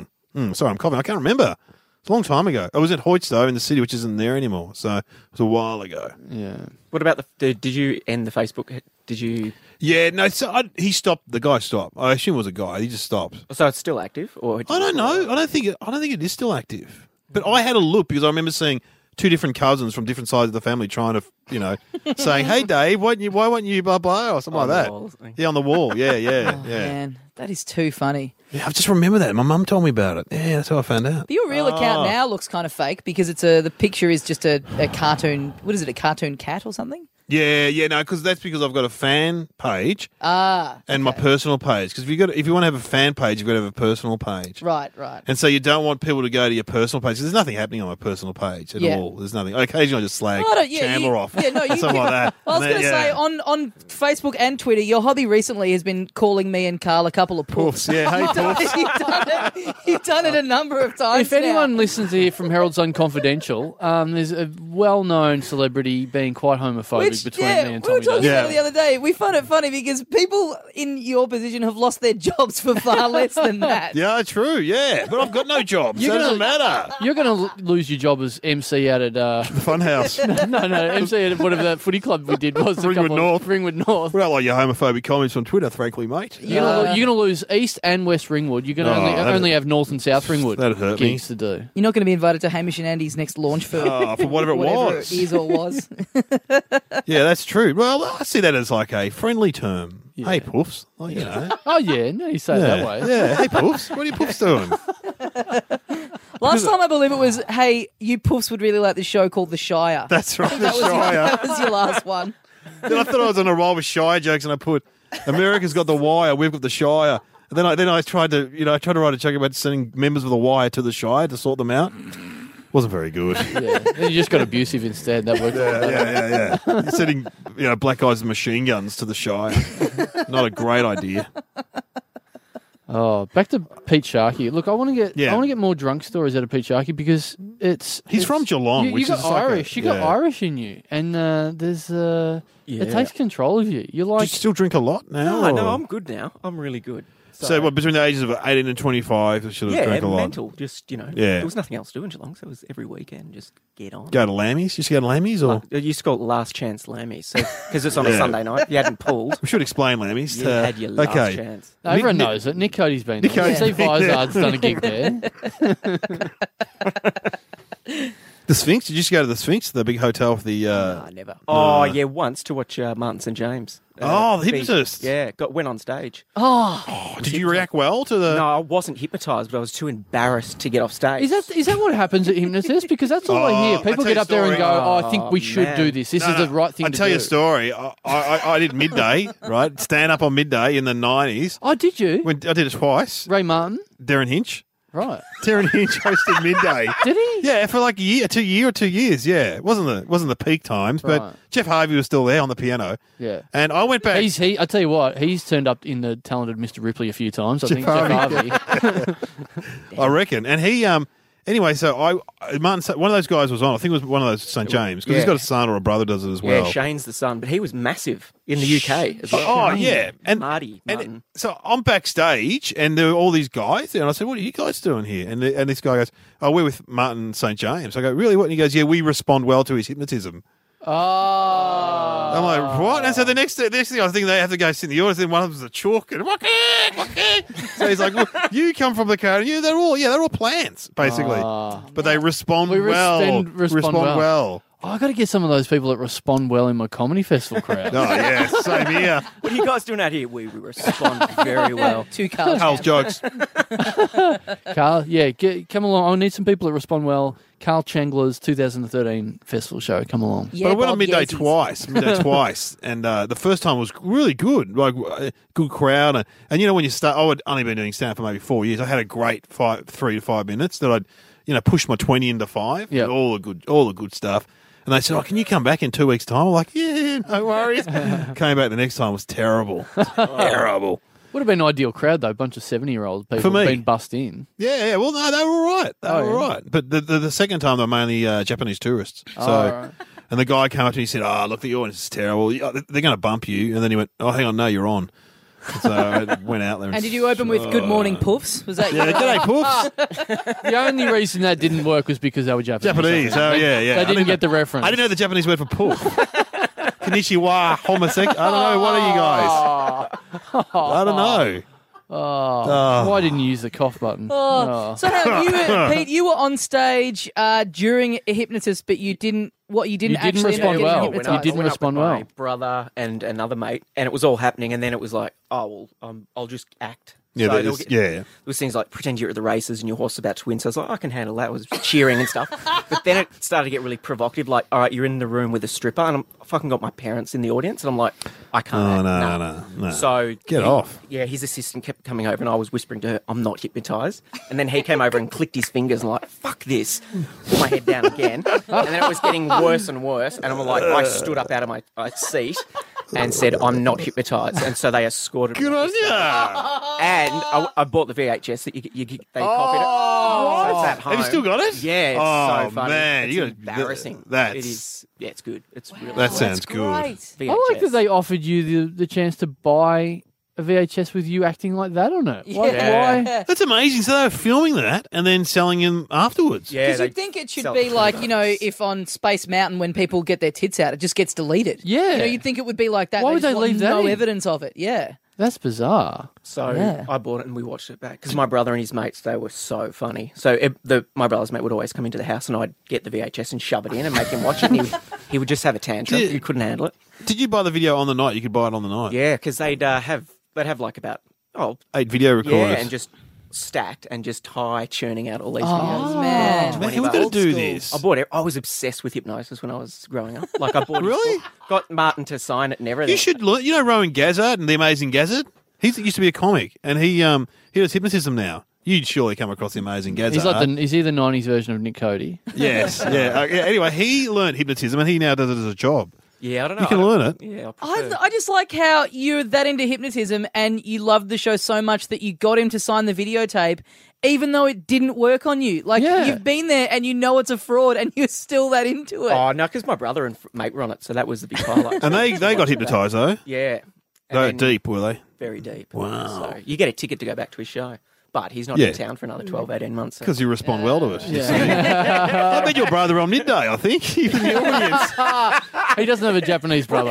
Mm, mm, sorry, I'm coughing. I can't remember. It's a long time ago. I was at Hoyts though in the city, which isn't there anymore. So it was a while ago. Yeah. What about the, the? Did you end the Facebook? Did you? Yeah, no. So I, he stopped. The guy stopped. I assume it was a guy. He just stopped. So it's still active, or I don't know. I don't think. It, I don't think it is still active. But I had a look because I remember seeing two different cousins from different sides of the family trying to, you know, saying, "Hey, Dave, why don't you? Why won't you? Blah blah or something On the Oh, like that." wall or something. yeah, on the wall. Yeah, yeah, yeah. Man, that is too funny. yeah. I just remember that. My mum told me about it. Yeah, that's how I found out. But your real account now looks kind of fake because it's a the picture is just a, a cartoon. What is it? A cartoon cat or something? Yeah, yeah, no, because that's because I've got a fan page Ah, and my personal page. Because if you got, if you want to have a fan page, you've got to have a personal page, right, right. and so you don't want people to go to your personal page. 'cause there's nothing happening on my personal page at Yeah. all. There's nothing. Occasionally, I just slag Well, I don't- Chandler you- off, Yeah, no, you, something like that. I was going And then- to yeah. say on, on Facebook and Twitter, your hobby recently has been calling me and Carl a couple of Poofs, poofs. yeah, hey, You've done it- You've done it a number of times. If anyone now. listens here from Herald's Unconfidential, um, there's a well-known celebrity being quite homophobic Which, between yeah, me and we were Tommy. talking Dawson. about it the other day. We find it funny because people in your position have lost their jobs for far less than that. yeah, true, yeah, but I've got no job, so it doesn't matter. You're going to lose your job as MC out at uh, Funhouse. no, no, MC at whatever that footy club we did was a Ringwood couple of- North. Ringwood North. we don't like your homophobic comments on Twitter, frankly, mate. You're gonna, lo- you're gonna lose East and West Ringwood. You're gonna Oh, only, that'd- only have North and South Ringwood that'd hurt me. gigs to do. You're not going to be invited to Hamish and Andy's next launch for Oh, for whatever it whatever was. it is or was. Yeah, that's true. Well, I see that as like a friendly term. Hey, poofs, like, you know. Oh yeah, no, you say it Yeah. that way. Yeah. Hey, Poofs. What are you Poofs doing? Last time I believe it was, hey, you poofs would really like this show called The Shire. That's right. The that, was your, Shire. that was your last one. then I thought I was on a roll with Shire jokes, and I put America's got the wire, we've got the Shire. And then I then I tried to you know I tried to write a joke about sending members of the wire to the Shire to sort them out. Wasn't very good. yeah, Yeah. You just got abusive instead. That worked. yeah, yeah. yeah. Sending you know black eyes and machine guns to the Shire. Not a great idea. Oh, back to Pete Sharkey. Look, I want to get Yeah. I want to get more drunk stories out of Pete Sharkey because it's He's it's- from Geelong, You, you which got is like a- Irish. you got yeah. Irish in you, and uh, there's uh, it Yeah. takes control of you. You're Do you like still drink a lot now? No, or- no, I'm good now. I'm really good. so what, between the ages of eighteen and twenty five, I should have yeah, drank a lot. mental. Just you know, Yeah. There was nothing else to do in Geelong, so it was every weekend. Just get on. Uh, Go to Lammy's. You used to go to Lammy's, or I used to call it last chance Lammy, so because it's on Yeah. a Sunday night. If you hadn't pulled, we should explain Lammy's. you to- had your last okay. chance. No, everyone Nick- knows it. Nick Cody's been Nick there. Cody's Steve been Izard's done a gig there. The Sphinx? Did you used to go to the Sphinx, the big hotel with the? Uh, Ah, never. Oh yeah, once to watch uh, Martin St James. Oh, the be- hypnotist. Yeah, got went on stage. oh, did you react well to the? No, I wasn't hypnotised, but I was too embarrassed to get off stage. Is that is that what happens at hypnotists? Because that's all I hear. Oh, People I get tell up there and you go, a "Oh, story. I think we Oh, should man. do this. This No, is the no, right thing I'll to tell do." you a story. I, I, I- I did midday, right? Stand up on midday in the nineties. Oh, did you, When I did it twice. Ray Martin? Darren Hinch. Right? Darren Hinch hosted midday. Did he? Yeah, for like a year, two year or two years. Yeah, it wasn't the wasn't the peak times, but Right. Jeff Harvey was still there on the piano. Yeah. And I went back. He's he. I tell you what, he's turned up in the talented Mr. Ripley a few times. I think Jeff Harvey. Harvey. I reckon. And he, um, anyway, so I, Martin, Sa- one of those guys was on. I think it was one of those St James because he's Yeah. got a son or a brother does it as Yeah, well. Shane's the son, but he was massive in the UK. As well. Oh yeah, and Marty and Martin. it- so I'm backstage, and there were all these guys, and I said, "What are you guys doing here?" And the, and this guy goes, "Oh, we're with Martin St James." I go, "Really? What?" And he goes, "Yeah, we respond well to his hypnotism." oh. I'm like, "What?" And so the next the next thing I think they have to go sit in the audience. Then one of them's a chalk and "Waka, waka." so he's like, well, "You come from the code, you they're all yeah, they're all plants basically, Ah. but they respond We well, respond- respond well. well." Oh, I got to get some of those people that respond well in my comedy festival crowd. Oh yeah, same here. What are you guys doing out here? We, we respond very well. Two Carls. Carl's jokes. Carl, yeah, get, come along. I need some people that respond well. Carl Changler's 2013 festival show. Come along. Yeah, but I went on Bob midday Yezies. twice, midday twice, and uh, the first time was really good, like uh, good crowd, and, and you know when you start, I would only been doing stand up for maybe four years. I had a great five, three to five minutes that I'd, you know, push my twenty into five, Yeah. all the good, all the good stuff. And they said, "Oh, can you come back in two weeks' time?" I'm like, "Yeah, no worries." Came back the next time was terrible, terrible. Would have been an ideal crowd though. A bunch of 70 year old people For me. being bussed in. Yeah, yeah. Well, no, they were all right. They Oh, were yeah. all right. But the, the, the second time, they were mainly uh, Japanese tourists. So, all right. and the guy came up to me and said, "Oh, look, the audience is terrible. You- uh, They're going to bump you." And then he went, "Oh, hang on, no, you're on." So I went out there. Oh. And did you open with Good Morning Poofs? Was that Yeah, you? g'day, poofs. The only reason that didn't work was because they were Japanese. Japanese. Oh, yeah, yeah. They I didn't get the reference. I didn't know the Japanese word for poof. Konnichiwa, homosexual. I don't know. What are you guys? I don't know. Ah. Oh, why didn't you use the cough button? Oh. Oh. So hang on, you were, Pete, you were on stage uh, during a hypnotist, but you didn't. What you didn't, You didn't actually end up getting respond well. You When I- hypnotized. I didn't went up respond with my well. brother and another mate, and it was all happening. And then it was like, oh well, um, I'll just act. Yeah, So that they'll is, yeah. There was things like pretend you're at the races and your horse is about to win. So I was like, "Oh, I can handle that. I was cheering and stuff. but then it started to get really provocative. Like, all right, you're in the room with a stripper, and I'm, I fucking got my parents in the audience, and I'm like, I can't. Oh, act, no, nah. no, no. So Get he- off. Yeah, his assistant kept coming over, and I was whispering to her, "I'm not hypnotized." And then he came over and clicked his fingers, and like, "Fuck this!" Put my head down again, and then it was getting worse and worse. And I'm like, I stood up out of my uh, seat and said, "I'm not hypnotized." And so they escorted me, Good and on ya. I, Oh. I bought the VHS that you, you, you they copied it. Oh. So it's at Have you home. still got it? Yeah, it's oh, so funny. man, it's you embarrassing. That's it is. Yeah, it's good. It's really that good. sounds good. Oh, Great. VHS. I like that they offered you the, the chance to buy a VHS with you acting like that on it. Like, Yeah. why? That's amazing. So they were filming that and then selling him afterwards. Yeah, Because they you'd think it should sell be them. like, you know, if on Space Mountain when people get their tits out, it just gets deleted. Yeah. You know, you'd think it would be like that. Why would just they want leave that No in? evidence of it. Yeah. That's bizarre. So Yeah. I bought it and we watched it back because my brother and his mates they were so funny. So it, the, my brother's mate would always come into the house and I'd get the VHS and shove it in and make him watch it. And he, would, he would just have a tantrum. Yeah. He couldn't handle it. Did you buy the video on the night? You could buy it on the night. Yeah, because they'd uh, have they'd have like about oh Eight video yeah, recorders. and just stacked and just high churning out all these Oh, videos. man. Man, 20 we're bucks. going to do Old school. this. I bought it. I was obsessed with hypnosis when I was growing up. Like I bought his Really? book, got Martin to sign it and everything. You should learn. You know Rowan Gazzard and the Amazing Gazzard? He's, he used to be a comic, and he um he does hypnotism now. You'd surely come across the Amazing Gazzard. He's like the, is he the '90s version of Nick Cody? yes, yeah. Uh, yeah. Anyway, he learned hypnotism, and he now does it as a job. Yeah, I don't know. You can I don't- learn it. Yeah, I, I, prefer- I just like how you're that into hypnotism and you loved the show so much that you got him to sign the videotape, even though it didn't work on you. Like, Yeah. you've been there and you know it's a fraud and you're still that into it. Oh no, because my brother and fr- mate were on it, so that was the big highlight. And they they got hypnotised though. yeah, And Though then- deep were they? very deep. Wow. So you get a ticket to go back to his show, but he's not Yeah. in town for another 12, 18 months. So. Because you respond well to it. you see. I met your brother on midday. I think he was in the audience. He doesn't have a Japanese brother.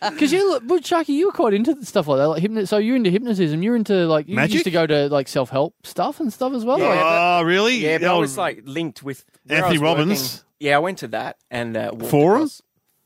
Because you, look- well, Chucky, you were quite into stuff like that. Like hypno- so you're into hypnotism. You're into like you Magic? used to go to like self help stuff and stuff as well. Yeah, oh, really? yeah, but I Oh, was like linked with where I Anthony was working- Robbins? yeah, I went to that and uh, walked Forum? across,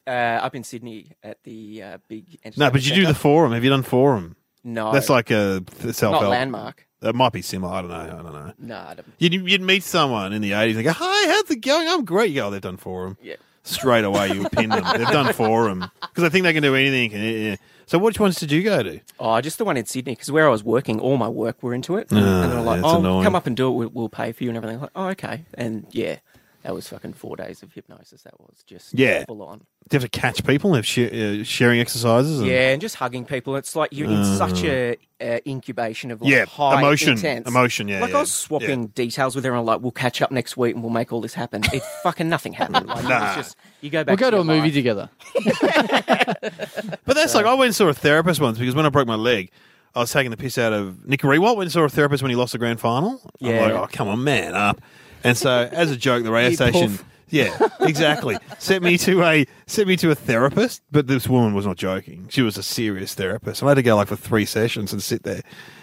uh, up in Sydney at the uh, big. No, but you do the forum. Have you done forum? no. That's like a self not help. landmark. That might be similar. I don't know. I don't know. No, I don't, You'd, you'd meet someone in the 80s and go, Hi, how's it going? I'm great. You go, oh, they've done Forum. yeah. Straight away, you would pin them. They've done Forum. Because I think they can do anything. Yeah, yeah. So, which ones did you go to? Oh, just the one in Sydney because where I was working, all my work were into it, and they were like, that's "Oh, annoying. come up and do it. We'll, we'll pay for you and everything." I was like, oh, okay, and yeah, that was fucking four days of hypnosis. That was just Yeah. full on. Do you have to catch people and have sh- uh, sharing exercises? And- Yeah, and just hugging people. It's like you're in such a uh, incubation of like Yeah, high emotion, intense. emotion, yeah, like yeah, I was swapping details with everyone. Like we'll catch up next week and we'll make all this happen. It fucking nothing happened. Like, it Nah. was just you go we'll back. go to your a movie life. together. But that's like, I went and saw a therapist once because when I broke my leg, I was taking the piss out of Nick Rewalt. Went and saw a therapist when he lost the grand final. Yeah. I'm like, Oh, come on, man up. And so, as a joke, the radio You station. poof. Yeah, exactly. sent me to a sent me to a therapist, but this woman was not joking. She was a serious therapist. And I had to go like for three sessions and sit there,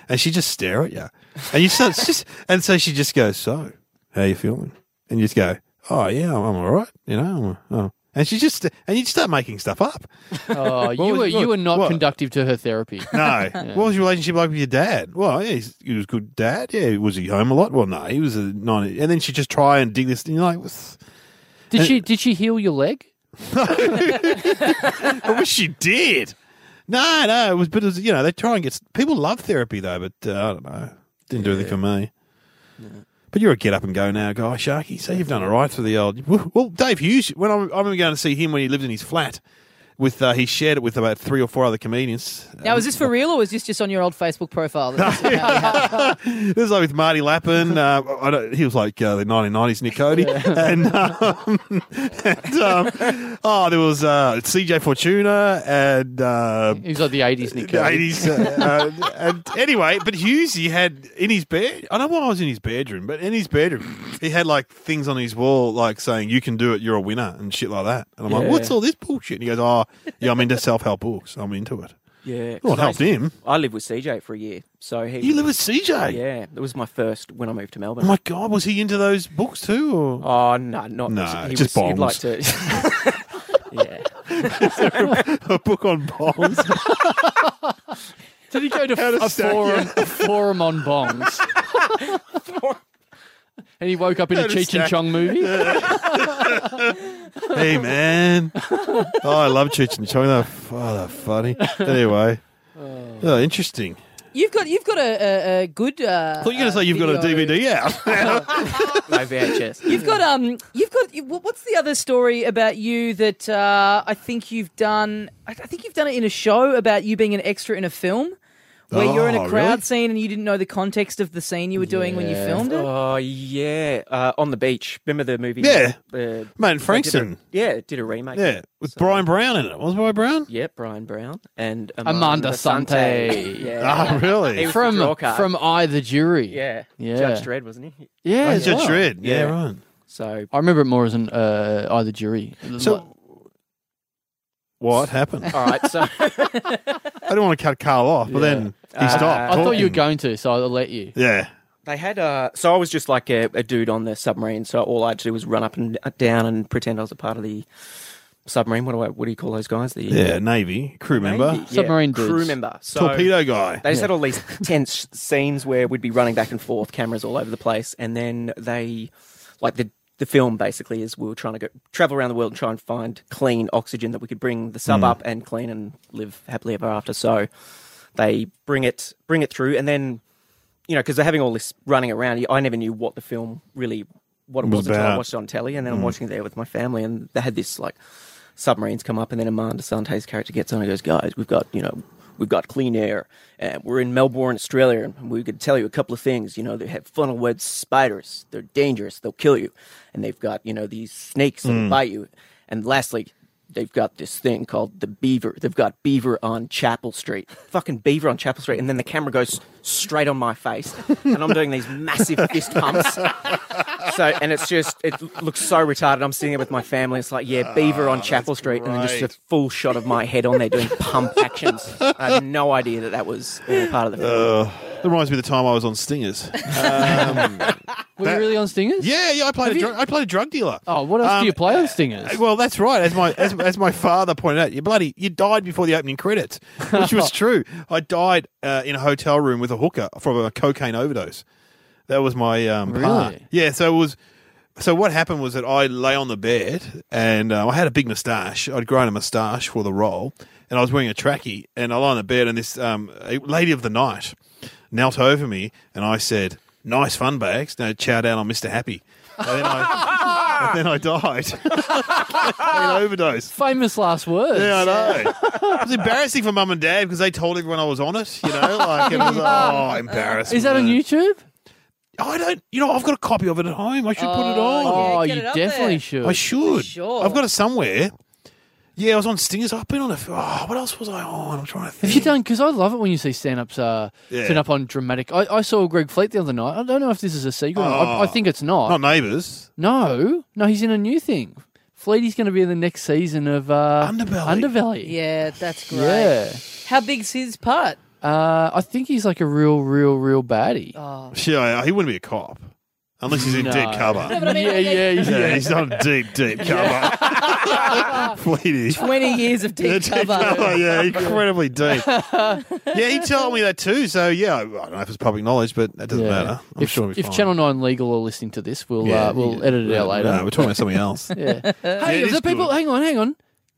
and she just stare at you, and you start just, and so she just goes, "So, how you feeling?" And you just go, "Oh yeah, I'm, I'm all right," you know. I'm, oh. And she just and you just start making stuff up. Oh, you was- were you what- were not what? conductive to her therapy. No. What was your relationship like with your dad? Well, yeah, he's, he was a good dad. Yeah, was he home a lot? Well, no, he was a non. And then she just try and dig this. And you're like, "What's- Did she did she heal your leg? I wish she did. No, no, it was, but it was, you know, they try and get people love therapy though, but uh, I don't know, didn't do anything for me. But you're a get up and go now guy, Sharky. So you've done all right for the old. Well, Dave Hughes. When I, I remember going to see him when he lived in his flat, with uh, he shared it with about three or four other comedians. Now, is this for real or was this just on your old Facebook profile? That this- This is like with Marty Lappin. Uh, I don't, he was like uh, the 1990s Nick Cody. And, um, and um, oh, there was uh, CJ Fortuna and uh, He was like the eighties Nick. the Cody. eighties. Uh, uh, and anyway, but Hughes, he had in his bed. I don't know why I was in his bedroom, but in his bedroom, he had like things on his wall, like saying "You can do it, you're a winner" and shit like that. And I'm like, Yeah. "What's all this bullshit?" And he goes, "Oh, yeah, I'm into self help books. I'm into it." Yeah. Well, it helped him. I lived with CJ for a year, so he. You live with CJ. Yeah, it was my first when I moved to Oh Melbourne. my god, was he into those books too? Or Oh no, not No, he just was, He'd like bombs. to. yeah. a book on bombs? Did he go to, to a, stack- forum, a forum on bongs? and he woke up in a How to Cheech and stack- Chong movie. hey man, oh, I love Cheech and Chong. They're, f- oh, they're funny. Anyway, oh, interesting. you've got you've got a, a, a good. Uh, I thought you were going to say you've got a DVD out. No VHS. You've got um, you've got. you- wh- What's the other story about you that uh, I think you've done? I I think you've done it in a show about you being an extra in a film, where you're in Oh, a crowd really? scene and you didn't know the context of the scene you were doing when you Yeah. filmed it. Oh yeah, uh, on the beach. Remember the movie? Yeah. uh, Man, Frankston. yeah, it did a remake. of Yeah, it. with So- Brian Brown in it. Was Brian Brown? Yeah, Brian Brown and Amanda Amanda, Sante. Sante. Yeah, Ah, really? He was- from the draw card. from I the Jury. yeah, Yeah. Judge Dredd, wasn't he? yeah. Oh, as Judge well. Dredd. Yeah, Yeah. right. So I remember it more as an uh, I the Jury. So, what happened? all right, so I didn't want to cut Carl off, but then he Uh, stopped. I thought you were talking. going to, so I let you. Yeah. They had uh so I was just like a, a dude on the submarine. So all I had to do was run up and uh, down and pretend I was a part of the submarine. What do I? What do you call those guys? The Yeah, Navy crew member, Navy? Submarine crew dudes. member. So torpedo guy. They just had all these tense scenes where we'd be running back and forth, cameras all over the place, and then they, like the the film basically is we were trying to go travel around the world and try and find clean oxygen that we could bring the Hmm. sub up and clean and live happily ever after. So they bring it bring it through, and then you know because they're having all this running around. I never knew what the film really what it Was was, until I about. watched it on telly, and then I'm watching it there with my family, and they had this like submarines come up, and then Amanda Sante's character gets on and goes, "Guys, we've got you know." We've got clean air, and we're in Melbourne, Australia, and we could tell you a couple of things. You know, they have funnel web spiders; they're dangerous; they'll kill you. And they've got you know these snakes that bite you. And lastly, they've got this thing called the beaver. They've got beaver on Chapel Street. Fucking beaver on Chapel Street. And then the camera goes straight on my face, and I'm doing these massive fist pumps. So, and it's just, it looks so retarded. I'm sitting there with my family. It's like, yeah, beaver on Chapel Street, and then just Ah, great. a full shot of my head on there doing pump actions. I had no idea that that was all part of the Uh, film. That reminds me of the time I was on Stingers. Were you really on Stingers? yeah, yeah, I played a dr- I played a drug dealer. Oh, what else Um, do you play on Stingers? Well, that's right. As my as, as my father pointed out, you bloody you died before the opening credits, which was true. I died uh, in a hotel room with a hooker from a cocaine overdose. That was my um, part. Really? Yeah. So it was. So what happened was that I lay on the bed and uh, I had a big moustache. I'd grown a moustache for the role, and I was wearing a trackie. And I lay on the bed, and this um, a lady of the night knelt over me, and I said, "Nice fun bags." Now chow down on Mister Happy. And then I, and then I died. an overdose. Famous last words. Yeah, I know. it was embarrassing for mum and dad because they told everyone I was on it. You know, like it was oh embarrassing. Is that on YouTube? I don't. You know, I've got a copy of it at home. I should put it Oh, on. Yeah, oh, get you it up definitely there. should. I should. Sure. I've got it somewhere. Yeah, I was on Stingers. I've been on a. f- Oh, what else was I on? I'm trying to Have think. you done? Because I love it when you see stand-ups uh, Yeah. turn up on dramatic. I, I saw Greg Fleet the other night. I don't know if this is a sequel. or not. I, I Oh. think it's not. Not neighbours. No, no, he's in a new thing. Fleety's going to be in the next season of uh, Underbelly. Underbelly. Yeah, that's great. Yeah. How big's his part? Uh, I think he's like a real, real, real baddie. Oh, Yeah, he wouldn't be a cop. Unless he's in No. deep cover. but I mean, yeah, yeah, yeah. Yeah, he's not deep, deep cover. Fleety. 20 years of Yeah, deep deep cover. cover, yeah, incredibly deep. yeah, he told me that too. So yeah, I don't know if it's public knowledge, but that doesn't Yeah. matter. I'm if, sure it'll be if fine. Channel Nine Legal are listening to this, we'll Yeah, uh, we'll yeah. edit it out No, later. No, we're talking about something else. Yeah. it hey, is the people. good. Hang on, hang on.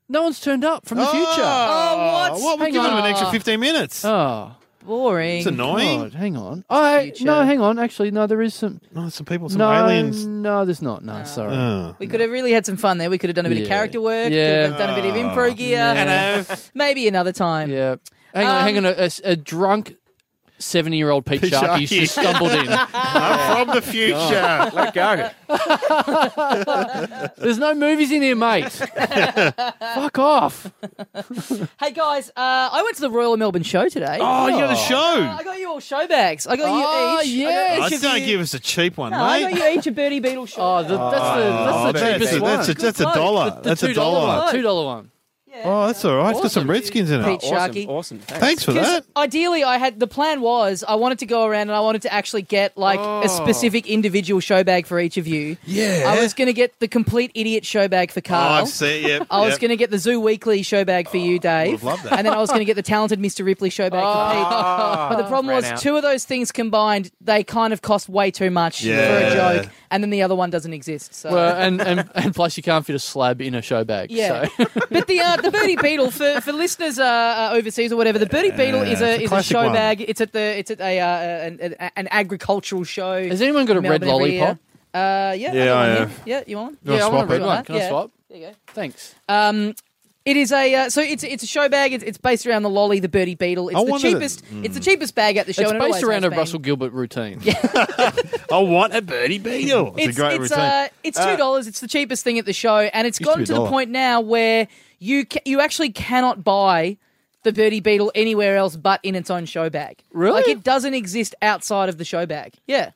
No one's turned up from the future. Oh, Oh, what? Well, we've Hang given him on. an extra 15 minutes. Oh, Boring. it's annoying. God, hang on. I Future. no, hang on. Actually, no, there is some. Oh, some people, some no, aliens. no, there's not. No, sorry. Oh. We could have really had some fun there. We could have done a bit of Yeah. character work. Yeah. Could have done a bit of Oh. improv gear. Hello. Maybe another time. Yeah. Hang on, Um, hang on. A, a s- a drunk seventy-year-old Pete Pete Sharkey's Sharkey. just stumbled in. I'm from the future. Let it go. There's no movies in here, mate. Fuck off. Hey guys, uh, I went to the Royal Melbourne show today. Oh, you got a I show. got you all show bags. I got Oh, you each. yes. I Oh, got each of don't you- give us a cheap one, No, I mate. got you each a Birdie Beetle show. Oh, the, that's the Oh, that's the that's cheapest a, one. That's a, that's a Good dollar. bloke. that's a $2 dollar. Two dollar one. Oh, that's all right. It's got some Redskins in it. Pete Sharkey. Awesome. awesome. Thanks. Thanks for Because that. ideally, I had the plan was I wanted to go around and I wanted to actually get like a specific individual show bag for each of you. Oh. Yeah. I was going to get the complete idiot show bag for Oh, Carl. I've seen it. Yep, I was yep. going to get the Zoo Weekly show bag for you, Dave. would've loved that. Oh. And then I was going to get the talented Mr. Ripley show bag for Pete. But the problem Ran was, out. two of those things combined, they kind of cost way too much for Yeah. a joke, and then the other one doesn't exist. So. Well, and, and and plus you can't fit a slab in a show bag. Yeah. So. but the uh, the birdie beetle for, for listeners uh, uh, overseas or whatever, the birdie beetle is Yeah, a it's a is a classic show one. bag. It's at the it's at a uh, an, an- an agricultural show. Has anyone got a red Melbourne every year. lollipop? Uh, yeah, I Yeah, got one I here. have. yeah. You want one? You wanna yeah, I want swap a red it? one. Right, Can I yeah. swap? There you go. Thanks. Um, it is a uh, so it's it's a show bag. It's, it's based around the lolly, the birdie beetle. It's I the wanted it. cheapest. It's the cheapest bag at the show. it's and it based always around a has been. Russell Gilbert routine. I want a birdie beetle. It's, It's a great it's, routine. uh, it's two Uh, dollars. it's the cheapest thing at the show, and it's Used to gotten be to, a the dollar. point now where you ca- you actually cannot buy the birdie beetle anywhere else but in its own show bag. Really? Like it doesn't exist outside of the show bag. Yeah.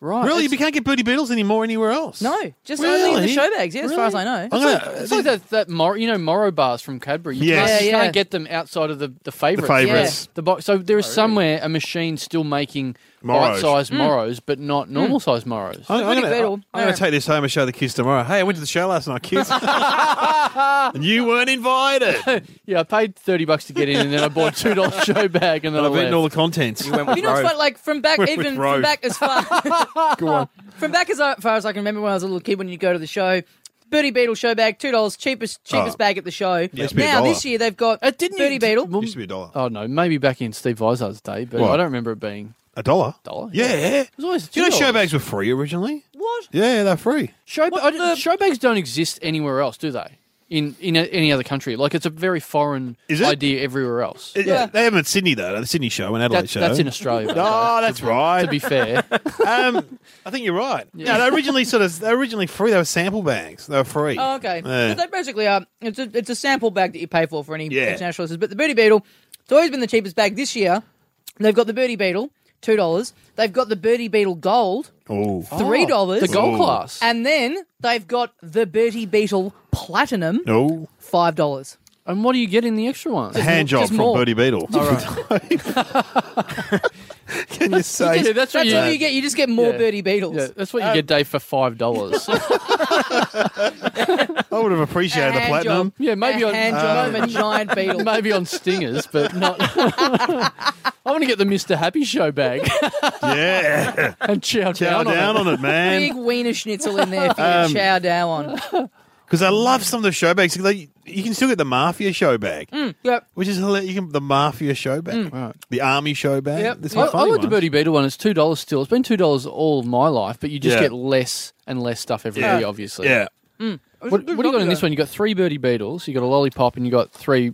Right. really, It's, you can't get birdie beetles anymore anywhere else. No, just only in the Really? show bags. Yeah, as far as I know. I'm gonna, it's like that that Mor- you know Morrow bars from Cadbury. You, Yes. can't, Yeah, you yeah. can't get them outside of the the the favourites. favourites. The box. So there is somewhere a machine still making Morrows. bite-sized Morrows, but not normal-sized Morrows. I'm, I'm Birdie gonna, beetle. I'm gonna Yeah. take this home and show the kids tomorrow. Hey, I went to the show last night, kids, and you weren't invited. Yeah, I paid thirty bucks to get in, and then I bought a two dollar show bag, and then And I I've eaten all left. the contents. You went with You know, it's Rove. fun, like from back With even from Rove. back as far Go on. from back as I- far as I can remember when I was a little kid. When you go to the show, birdie beetle show bag, two dollars, cheapest cheapest Oh. bag at the show. Used to be a Now dollar. this year they've got Uh, didn't you- birdie beetle. Well, Used to be a dollar. oh no, maybe back in Steve Vizar's day, but What? I don't remember it being. A dollar. Dollar? Yeah. It was always You know, $2. show bags were free originally. What? Yeah, they're free. Show, I didn't- show bags don't exist anywhere else, do they? In in a, any other country, like it's a very foreign Is it? idea everywhere else. It- Yeah. They have them at Sydney though. The Sydney show and Adelaide That's, show. that's in Australia. though, Oh, that's right. to be fair, um, I think you're right. Yeah, they originally sort of they were originally free. They were sample bags. They were free. Oh, okay. Yeah. So they basically are. It's a, it's a sample bag that you pay for for any Yeah. international listeners. But the Birdie Beetle, it's always been the cheapest bag. This year, they've got the Birdie Beetle, two dollars. They've got the Birdie Beetle Gold, Oh, three dollars. the gold Ooh. class. And, and then they've got the Birdie Beetle Platinum, no five dollars. what do you get in the extra one? more- hand job just from more. Birdie Beetle. Can you say? Yeah, that's what That's you. all you get. You just get more Yeah. Birdie Beetles. yeah, that's Uh, what you get, Dave, for five dollars. I would have appreciated the Hand platinum. job. yeah, maybe a on uh, hand job of a giant beetle. maybe on stingers, but not. I want to get the Mister Happy Show bag Yeah, and chow, chow down, on down it. on it, Big man. wiener schnitzel in there for you Um, to chow down on. Because I love some of the show bags. Like, you can still get the mafia show bag, Mm. Yep. which is hilarious. You can the mafia show bag, the army show bag. Yep. There's I, some I funny like the ones. Birdie Beetle one. It's two dollars still. It's been two dollars all of my life, but you just Yeah. get less and less stuff every Yeah. year, obviously. Yeah, What, what do you got in this one? You got three Birdie Beetles. You got a lollipop, and you got three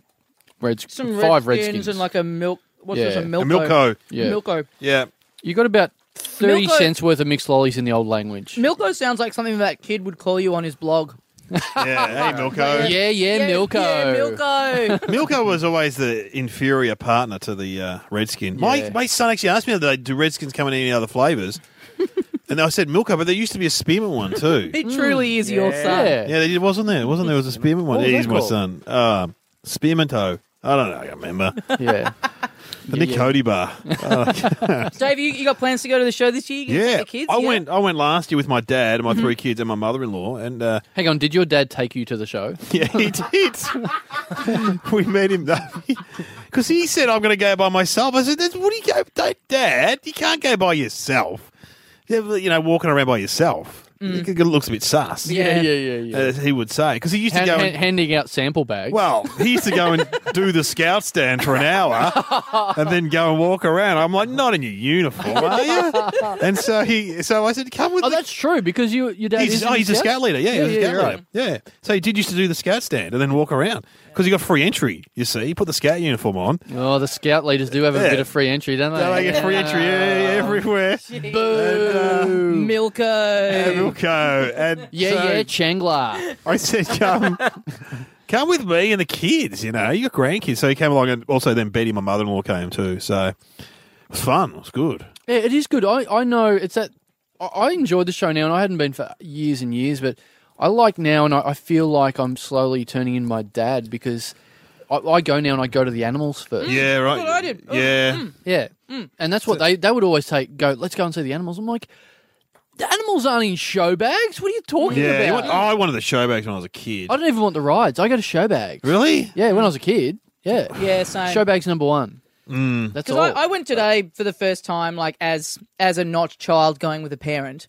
reds. Some five redskins and like a milk. What's Yeah. this? A A milko. a Milko. yeah. Milko. Yeah, You got about thirty Milko- cents worth of mixed lollies in the old language. Milko sounds like something that kid would call you on his blog. yeah. Hey, Milko. yeah, yeah, Milko. Yeah, Milko. Milko was always the inferior partner to the uh, Redskin. My Yeah. my son actually asked me the other day, do Redskins come in any other flavours? and I said Milko, but there used to be a spearmint one too. He truly is your son. Yeah. yeah, there wasn't there? Wasn't there? It was a spearmint one. What was Yeah, that He's my called? son. Uh, spearminto. I don't know. I can't remember. Yeah. The Nick Cody bar. Dave, you, you got plans to go to the show this year? You gonna take Yeah, the kids. I Yeah? went. I went last year with my dad, and my three kids, and my mother-in-law, and uh, Hang on, did your dad take you to the show? yeah, he did. we met him because he said, "I'm going to go by myself." I said, "That's- "What do you go, don't, Dad? You can't go by yourself. You know, walking around by yourself, it looks a bit sus." Yeah. yeah, yeah. yeah. as he would say, because he used Hand- Uh, to go. hand- and, handing out sample bags. well, he used to go and do the scout stand for an hour, and then go and walk around. I'm like, not in your uniform, are you? And so he, so I said, "Come with oh, the that's true because you your dad He's, is oh, in he's a Scouts? scout leader. Yeah, yeah, Yeah, he was a yeah, scout right. leader. Yeah. So he did used to do the scout stand and then walk around because he got free entry. You see, he put the scout uniform on. Oh, the scout leaders do have a Yeah. bit of free entry, don't they? Now they get free entry yeah, yeah, everywhere. Boo. And Milko. we'll go. And Yeah, so yeah, Changla. I said, come, come with me and the kids. You know, you got grandkids, so he came along, and also then Betty, my mother-in-law, came too. So it was fun. It was good. Yeah, it is good. I, I know it's that I, I enjoy the show now, and I hadn't been for years and years, but I like now, and I, I feel like I'm slowly turning in my dad because I, I go now and I go to the animals first. yeah, right. Mm, what I did. Oh, Yeah. Yeah. And that's what they they would always take go, let's go and see the animals. I'm like, the animals aren't in show bags. What are you talking Yeah, he about? went- oh, I wanted the show bags when I was a kid. I don't even want the rides. I go to show bags. Really? Yeah, when I was a kid. Yeah. Yeah, same. Show bags number one. Mm. That's all. Because I, I went today for the first time, like as as a not child going with a parent,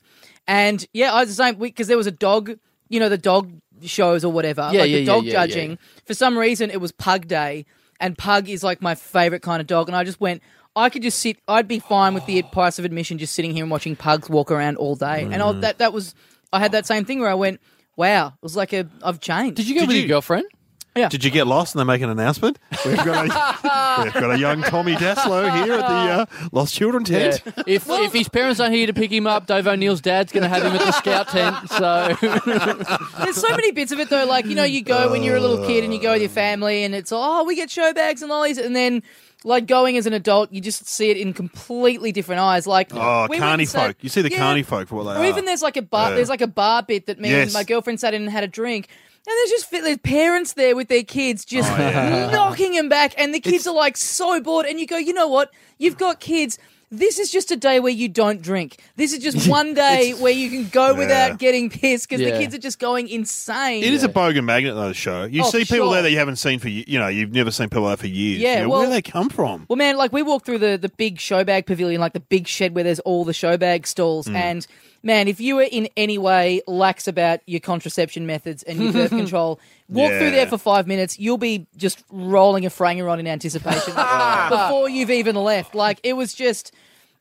and yeah, I was the same because there was a dog, you know, the dog shows or whatever, Yeah, like yeah, the yeah, dog yeah, yeah. judging. For some reason, it was Pug Day, and Pug is like my favorite kind of dog, and I just went. I could just sit. I'd be fine with the price of admission, just sitting here and watching pugs walk around all day. And I, Mm. that that was, I had that same thing where I went, "Wow, it was like a I've changed." Did you go Did with you- your girlfriend? Did you get lost and they make an announcement? We've got a, we've got a young Tommy Daslow here at the uh, Lost Children tent. If if his parents aren't here to pick him up, Dave O'Neill's dad's going to have him at the scout tent. So There's so many bits of it though. Like you know, you go when you're a little kid and you go with your family, and it's oh, we get show bags and lollies, and then like going as an adult, you just see it in completely different eyes. Like Oh, we went carny and sat- folk. You see the Yeah. carny folk for what they Or are. even there's like a bar. Yeah. There's like a bar bit that me and Yes. my girlfriend sat in and had a drink. And there's just fit- there's parents there with their kids just Oh, yeah. knocking them back, and the kids are like so bored. And you go, you know what? You've got kids. This is just a day where you don't drink. This is just one day where you can go without getting pissed because Yeah. the kids are just going insane. It is a bogan magnet, though, the show. You Oh, see people sure. there that you haven't seen for, y- you know, you've never seen people there for years. Yeah, You go, well- Where do they come from? Well, man, like we walked through the the big showbag pavilion, like the big shed where there's all the showbag stalls, Mm. and man, if you were in any way lax about your contraception methods and your birth control, walk Yeah. through there for five minutes, you'll be just rolling a franger in anticipation before you've even left. Like it was just,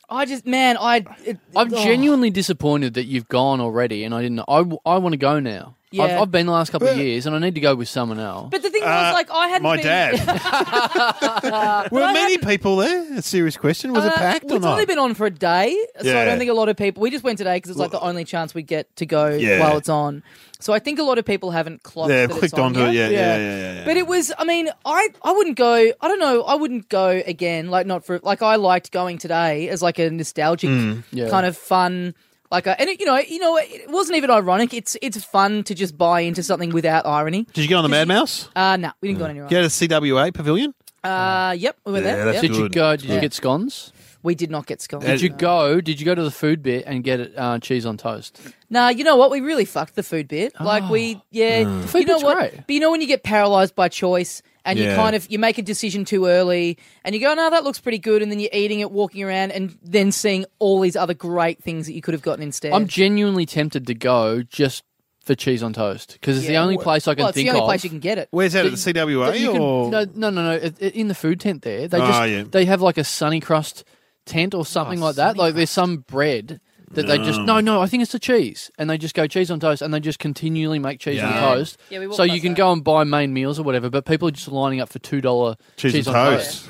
I just, man, I, it, I'm oh. genuinely disappointed that you've gone already, and I didn't. I, I want to go now. I've, Yeah. I've been the last couple of years, and I need to go with someone else. But the thing Uh, was, like, "Oh, I hadn't My been, dad. Were many people there? A serious question. Was it Uh, packed well, or it's not? only been on for a day, so Yeah. I don't think a lot of people. We just went today because it's like the only chance we get to go Yeah. while it's on. So I think a lot of people haven't clocked. yeah, that it's clicked on onto yet. it. Yeah, yeah, yeah, yeah. yeah. But it was, I mean, I, I wouldn't go, I don't know, I wouldn't go again. Like, not for, like, I liked going today as like a nostalgic Hmm. Yeah. kind of fun, like, a, and it, you know, you know, it wasn't even ironic. It's, it's fun to just buy into something without irony. Did you go on the Mad Mouse? Uh, no, we didn't go anywhere. Go to CWA Pavilion? Uh, yep, we were Hmm. Yeah, there. that's Yep. did you Good. go? Did you get scones? We did not get scones. Did you go? Did you go to the food bit and get uh, cheese on toast? Nah, you know what? We really fucked the food bit. Like Oh. we, yeah, Mm. food you know bit's what? great. But you know when you get paralyzed by choice and Yeah. you kind of you make a decision too early and you go, no, that looks pretty good, and then you're eating it, walking around, and then seeing all these other great things that you could have gotten instead. I'm genuinely tempted to go just for cheese on toast because it's the Yeah. only place I can well, it's think the only of. place you can get it. Where's that at the Did- CWA? that you can- or? no, no, no, no. it- it- In the food tent there, they Ah, just yeah. they have like a sunny crust tent or something like that. Like there's some bread that they just no, no. I think it's the cheese, and they just go cheese on toast, and they just continually make cheese on Yeah. toast. Yeah, we walked so you past can that. go and buy main meals or whatever, but people are just lining up for two dollar cheese, and toast. It's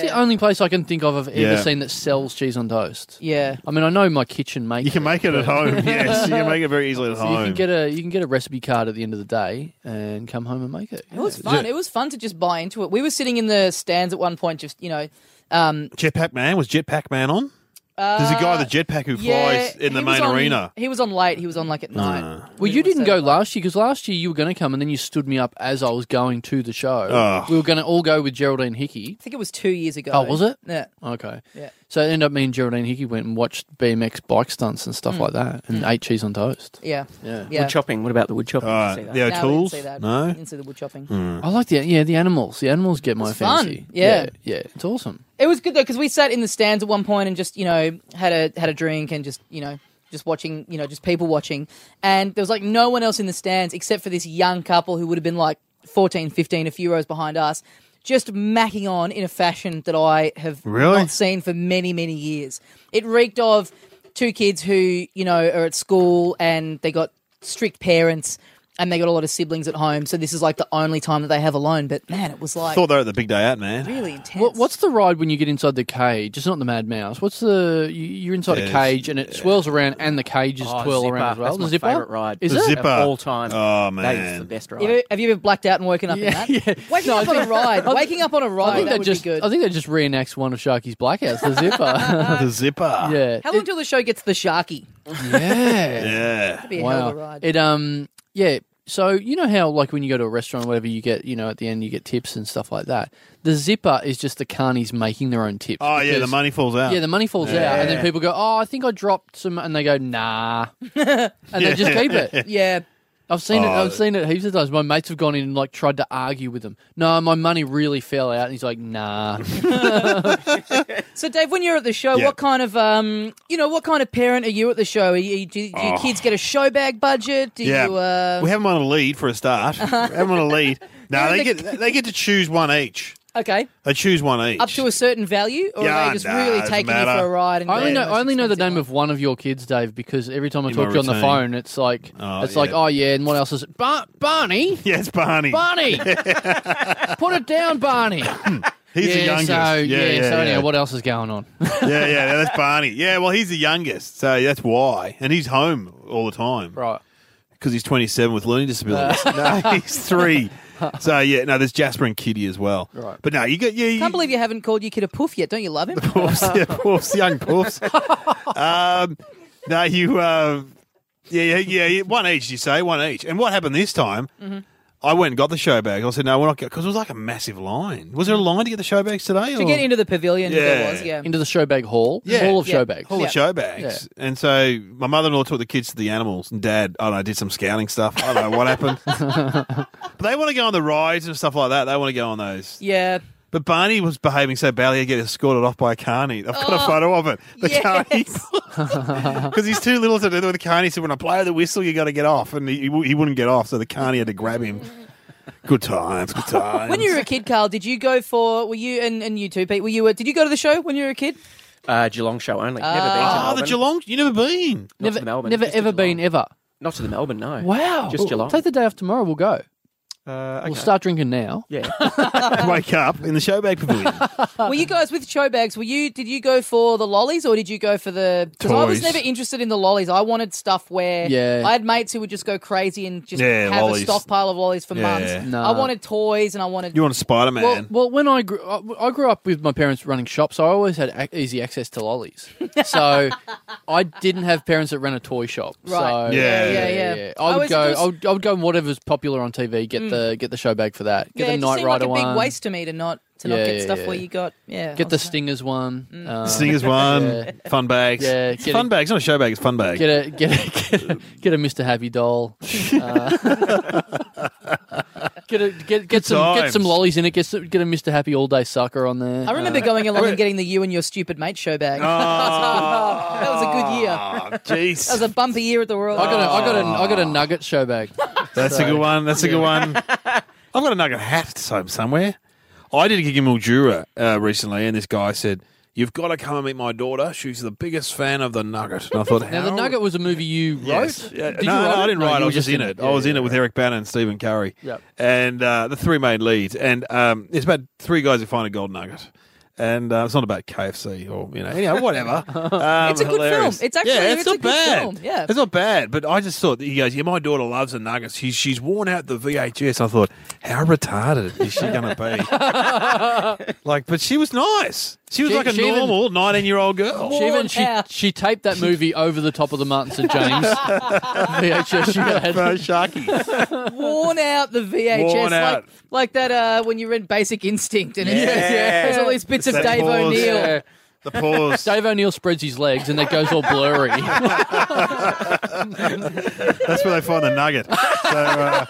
the Yeah, only place I can think of I've ever Yeah. seen that sells cheese on toast. yeah. I mean, I know my kitchen makes You can make it at home. yes, you can make it very easily at So home. you can get a you can get a recipe card at the end of the day and come home and make it. It was fun. It was fun to just buy into it. We were sitting in the stands at one point, just you know, um, Jetpack Man was Jetpack Man on? There's a guy with a jetpack who flies in the Uh, he was main on- arena. He was on late. He was on like at night. Well, He you was didn't so go late. last year because last year you were going to come and then you stood me up as I was going to the show. Oh. We were going to all go with Geraldine Hickey. I think it was two years ago. Oh, was it? Yeah. Okay. Yeah. So it ended up me and Geraldine Hickey went and watched BMX bike stunts and Mm. stuff like that and ate cheese on toast. Yeah. Yeah. Yeah. Wood chopping. What about the wood chopping? Did you Uh, see that? the No, we didn't O'Toole's? see that. No. Hmm. We didn't see the wood chopping. Mm. I like the yeah the animals. The animals get my It's fun. fancy. Yeah. yeah, it's awesome. It was good though because we sat in the stands at one point and just you know had a had a drink and just you know just watching you know just people watching and there was like no one else in the stands except for this young couple who would have been like 14 15 a few rows behind us just macking on in a fashion that I have Really? not seen for many many years. It reeked of two kids who you know are at school and they got strict parents and they got a lot of siblings at home so this is like the only time that they have alone but man it was like Thought they were at the big day out, man. really intense. What, what's the ride when you get inside the cage? It's not the Mad Mouse. What's the you, you're inside Yes. a cage and it swirls around and the cages Oh, twirl zipper. around as well. That's the my zipper favourite ride. Is The it? zipper. Of all time. Oh, That is the man. best You ever, ride. have you ever blacked out and woken up Yeah, in that? yeah. Waking up on a ride. Waking up on a ride. I think that that would just be good. I think that just reenacts one of Sharky's blackouts. The zipper. the zipper. yeah. How long till the show gets the sharky? yeah. Yeah. Be a hell of a Wow. ride. It um yeah. So you know how like when you go to a restaurant or whatever you get you know at the end you get tips and stuff like that. The zipper is just the carnies making their own tips. Oh, yeah, the because- money falls out. Yeah, the money falls out, and then people go, "Oh, I think I dropped some," and they go, "Nah," and they just keep it. yeah. I've seen it. Oh. I've seen it heaps of times. My mates have gone in and like tried to argue with them. No, my money really fell out, and he's like, "Nah." So Dave, when you're at the show, Yeah. what kind of um, you know, what kind of parent are you at the show? Are you, do, do your Oh. kids get a show bag budget? Do Yeah. you? Uh, we have them on a lead for a start. we have them on a lead. No, You're they in the- get they get to choose one each. okay, They choose one each. up to a certain value, or are Yeah, they just nah, really doesn't taking you matter. for a ride? And I only doing know. the I most only know the expensive name of one of your kids, Dave, because every time I In talk my to you on the routine. phone, it's like Oh, it's like, yeah. "Oh yeah," and what else is it? Bar- Barney, yeah, it's Barney. Barney, put it down, Barney. He's the yeah, youngest. so yeah, so yeah, yeah. anyhow, what else is going on? yeah, yeah, that's Barney. Yeah, well, he's the youngest, so that's why, and he's home all the time right. because he's 27 with learning disabilities. no, he's three. So yeah, no, there's Jasper and Kitty as well. Right. But no, you get yeah. You, Can't believe you haven't called your kid a poof yet. Don't you love him? puffs, yeah, puffs, young puffs. Um, no, you, uh, yeah, yeah, yeah, yeah, one each. You say one each. And what happened this time? Mm-hmm. I went and got the show bag. I said, no, we're not because it was like a massive line. Was there a line to get the show bags today? to or- get into the pavilion, there Yeah. was yeah. Into the showbag hall, Yeah. hall of Yeah. showbags. All Yeah. the show bags. And so my mother in law took the kids to the animals, and dad, I don't know, did some scouting stuff. I don't know what happened. but they want to go on the rides and stuff like that. They want to go on those. Yeah, But Barney was behaving so badly, he get escorted off by a carny. I've got a photo of it. The Oh, yes. Because he's too little to do it. The carny said, when I blow the whistle, you got to get off. And he, he wou- he wouldn't get off, so the carny had to grab him. Good times, good times. When you were a kid, Carl, did you go for? Were you and, and you too, Pete? Were you? uh, Did you go to the show when you were a kid? Uh, Geelong show only. Never been to Ah, Oh, the Melbourne. Geelong. you never been. Not to never, the Melbourne, never just to ever been Geelong. ever. Not to the Melbourne, no. Wow. Just Geelong. Take the day off tomorrow. We'll go. Uh, okay. We'll start drinking now. Yeah. Wake up in the showbag pavilion. Were you guys with show bags? Were you? Did you go for the lollies or did you go for the? Because I was Toys. never interested in the lollies. I wanted stuff where Yeah. I had mates who would just go crazy and just Yeah, have lollies. a stockpile of lollies for Yeah. months. Nah. I wanted toys and I wanted. You want a Spider Man? Well, well, when I grew, I I grew up with my parents running shops, so I always had ac- easy access to lollies. So I didn't have parents that ran a toy shop. Right. So, Yeah, yeah, yeah. I I would was- go. it was- I, would, I would go and whatever's popular on TV. Get the get the show bag for that. Get yeah, the it just Night seemed like Rider a big one. waste to me to not to Yeah, not get yeah, stuff yeah. where you got yeah. Get I the was like- Stingers one. Mm. Um, Stingers one, Yeah. fun bags. Yeah, It's get fun it- bags. Not a show bag. It's fun bag. Get a get a get a, get a Mr. Happy doll. Uh, get a get get some get times. some lollies in it. Get some, get a Mr. Happy all day sucker on there. I remember going along and getting the you and your stupid mate show bag. Oh. Ah, that was a good year. That Oh, jeez. was a bumpy year at the Royal. I got a, I got a I got Ah. a nugget show bag. That's a good one. That's a good one. I've got a nugget hat some- somewhere. I did a gig in Mildura uh, recently, and this guy said, You've got to come and meet my daughter. She's the biggest fan of the nugget. And I thought, Now "How?" the nugget was a movie you wrote. Yes. Yeah, Did no, you write no, I it? didn't No, write. you I were was just in it. I was in it with Eric Bannon and Stephen Curry. Yep. And uh, the three main leads. And um, it's about three guys who find a gold nugget. And uh, it's not about KFC or, you know, anyhow, whatever. Um, It's a good hilarious. film. It's actually- yeah, it's not a good bad. film. Yeah. It's not bad. But I just thought, he goes, yeah, my daughter loves the nuggets. She's, she's worn out the VHS. I thought, how retarded is she going to be? like, but she was nice. She was She- like a she even- normal 19 year old girl. She even Worn she, out. she taped that movie over the top of the Martin St James VHS she had. Bro, Uh, Sharky. Worn out the VHS, Worn like out. like that uh, when you read Basic Instinct, and it's, Yeah. Yeah. there's all these bits of That Dave pause. O'Neill. Yeah. The pause. Dave O'Neill spreads his legs and it goes all blurry. That's where they find the nugget. So, uh,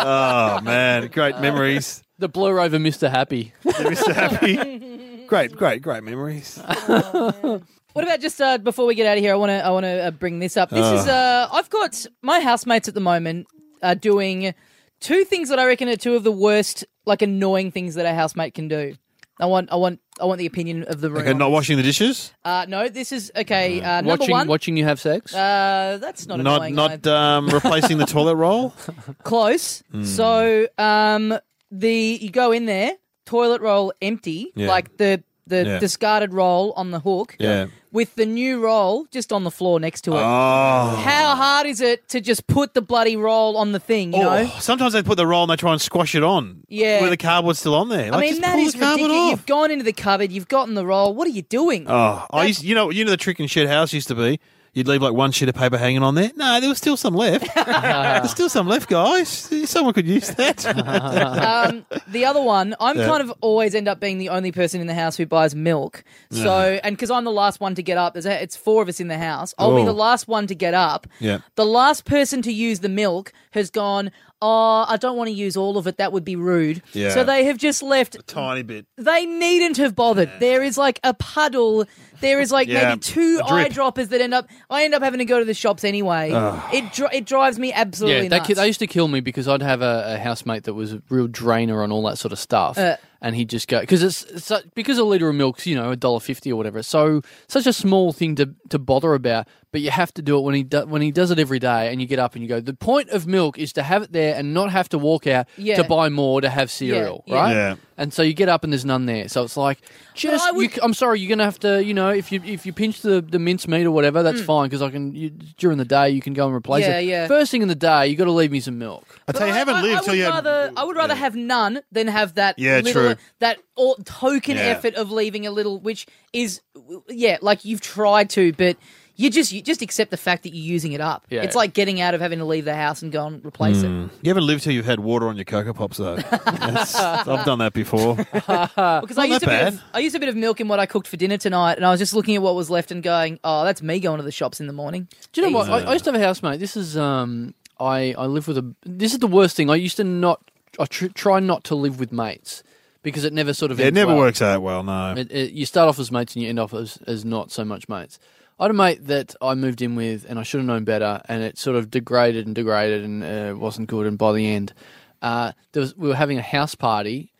oh, man. Great memories. the blur over Mr. Happy. Mr. Happy. Great, great, great memories. What about just uh, before we get out of here? I want to I want to uh, bring this up. This is uh, I've got my housemates at the moment are doing two things that I reckon are two of the worst, like annoying things that a housemate can do. I want I want I want the opinion of the room. Okay, not washing the dishes. uh, no, this is okay. Uh, number watching one, watching you have sex. uh, that's not Not annoying. not either. um, replacing the toilet roll. close. Mm. So um, the you go in there, toilet roll empty, Yeah. like the the Yeah. discarded roll on the hook, Yeah. with the new roll just on the floor next to it. Oh. How hard is it to just put the bloody roll on the thing? You know, Oh, sometimes they put the roll and they try and squash it on. Yeah. Where the cardboard's still on there. I Like, mean just that pull is the cardboard ridiculous. off. You've gone into the cupboard, you've gotten the roll. What are you doing? Oh, I used, you know, you know, the trick in shed house used to be you'd leave like one sheet of paper hanging on there. No, there was still some left. There's still some left, guys. Someone could use that. um, the other one, I'm Yeah. kind of always end up being the only person in the house who buys milk. So, and because I'm the last one to get up, there's a, it's four of us in the house. I'll be Oh. the last one to get up. Yeah. The last person to use the milk has gone. Oh, I don't want to use all of it. That would be rude. Yeah. So they have just left Tiny bit. They needn't have bothered. There is like a puddle. There is like Yeah, maybe two a drip. eyedroppers that end up. I end up having to go to the shops anyway. It dri- it drives me absolutely yeah, that, nuts. ki- that used to kill me because I'd have a, a housemate that was a real drainer on all that sort of stuff, Uh. and he'd just go because it's, it's su- because a liter of milk's you know a dollar fifty or whatever. It's so such a small thing to, to bother about, but you have to do it when he do, when he does it every day, and you get up and you go. The point of milk is to have it there and not have to walk out Yeah. to buy more to have cereal, yeah. right? Yeah. And so you get up and there's none there. So it's like just I would- you c- I'm sorry, you're gonna have to you know if you if you pinch the the mincemeat or whatever, that's Mm. fine because I can you, during the day you can go and replace Yeah, it. yeah. First thing in the day, you got to leave me some milk. I tell you, you haven't I, lived I till would you. had- rather, I would rather have none than have that Yeah, little true. that all, token Yeah. effort of leaving a little, which is yeah, like you've tried to, but you just you just accept the fact that you're using it up. Yeah. It's like getting out of having to leave the house and go and replace it You haven't lived till you've had water on your cocoa pops, though. That's- I've done that before. Uh, because I Not used a that bit of, bad. I used a bit of milk in what I cooked for dinner tonight, and I was just looking at what was left and going, oh, that's me going to the shops in the morning. Do you know what? I, I used to have a housemate. This is um, I I live with a. This is the worst thing. I used to not. I tr- try not to live with mates because it never sort of. It ends never well. works out well, no. It, it, you start off as mates and you end off as, as not so much mates. I had a mate that I moved in with and I should have known better, and it sort of degraded and degraded and uh, wasn't good. And by the end, uh, there was, we were having a house party,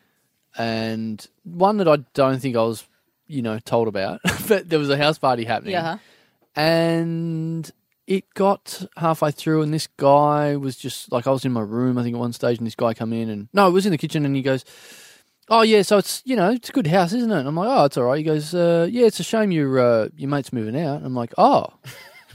and one that I don't think I was, you know, told about, but there was a house party happening. Yeah. huh? and it got halfway through and this guy was just like i was in my room i think at one stage and this guy come in and no it was in the kitchen and he goes oh yeah so it's you know it's a good house isn't it and i'm like oh it's all right he goes uh, yeah it's a shame your uh, your mate's moving out and i'm like oh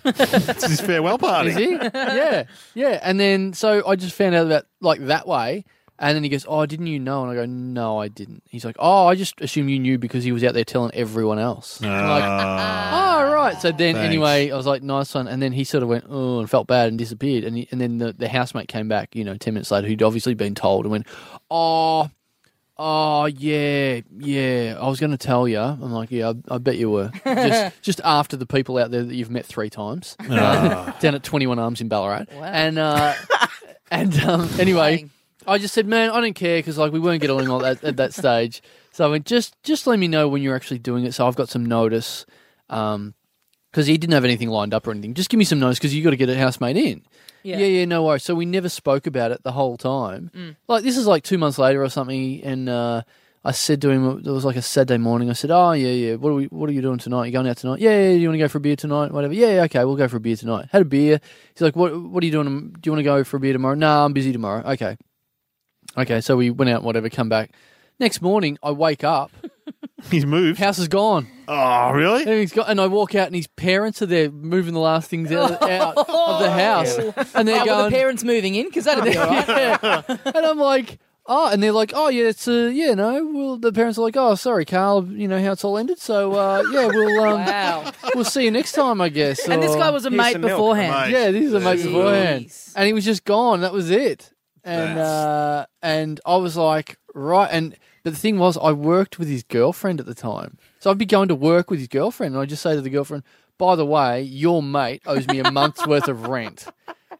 It's his farewell party. is he? yeah, yeah. And then so I just found out that like that way. And then he goes, "Oh, didn't you know?" And I go, "No, I didn't." He's like, "Oh, I just assumed you knew because he was out there telling everyone else." I'm like, oh right. So then Thanks. anyway, I was like, "Nice one." And then he sort of went, "Oh," and felt bad and disappeared. And he, and then the, the housemate came back, you know, ten minutes later, who'd obviously been told, and went, "Oh, Oh yeah, yeah. I was going to tell you. I'm like, yeah, I, I bet you were. Just, just after the people out there that you've met three times uh, down at 21 Arms in Ballarat, Wow. and uh, and um, anyway, Dang. I just said, man, I don't care because like we weren't getting along at that, at that stage. So I went, just just let me know when you're actually doing it, so I've got some notice. Um, because he didn't have anything lined up or anything. Just give me some notice because you got to get a housemate in. Yeah. Yeah. Mm. yeah, no worries. So we never spoke about it the whole time. Like this is like two months later or something, and uh, I said to him, it was like a Saturday morning. I said, "Oh yeah, yeah. What are we? What are you doing tonight? You going out tonight? Yeah, yeah. You want to go for a beer tonight? Whatever. Yeah, yeah, okay. We'll go for a beer tonight. Had a beer. He's like, "What? What are you doing? um, Do you want to go for a beer tomorrow? Nah, I'm busy tomorrow. Okay, okay. So we went out, whatever. Come back. Next morning, I wake up. He's moved. House is gone. oh, really? And he's got, and I walk out, and his parents are there moving the last things out, out of the house, and they're Oh, were going, the parents moving in because that'd be all right. yeah. and I'm like, oh, and they're like, oh yeah, it's uh, yeah, no. Well, the parents are like, oh, sorry, Carl, you know how it's all ended. So uh, yeah, we'll um, Wow. we'll see you next time, I guess. and this or- guy was a Here's mate some milk, beforehand. mate. yeah, this is a mate Jeez. beforehand, and he was just gone. That was it. And That's- uh, and I was like, right. And but the thing was, I worked with his girlfriend at the time, so I'd be going to work with his girlfriend, and I just say to the girlfriend, by the way, your mate owes me a month's worth of rent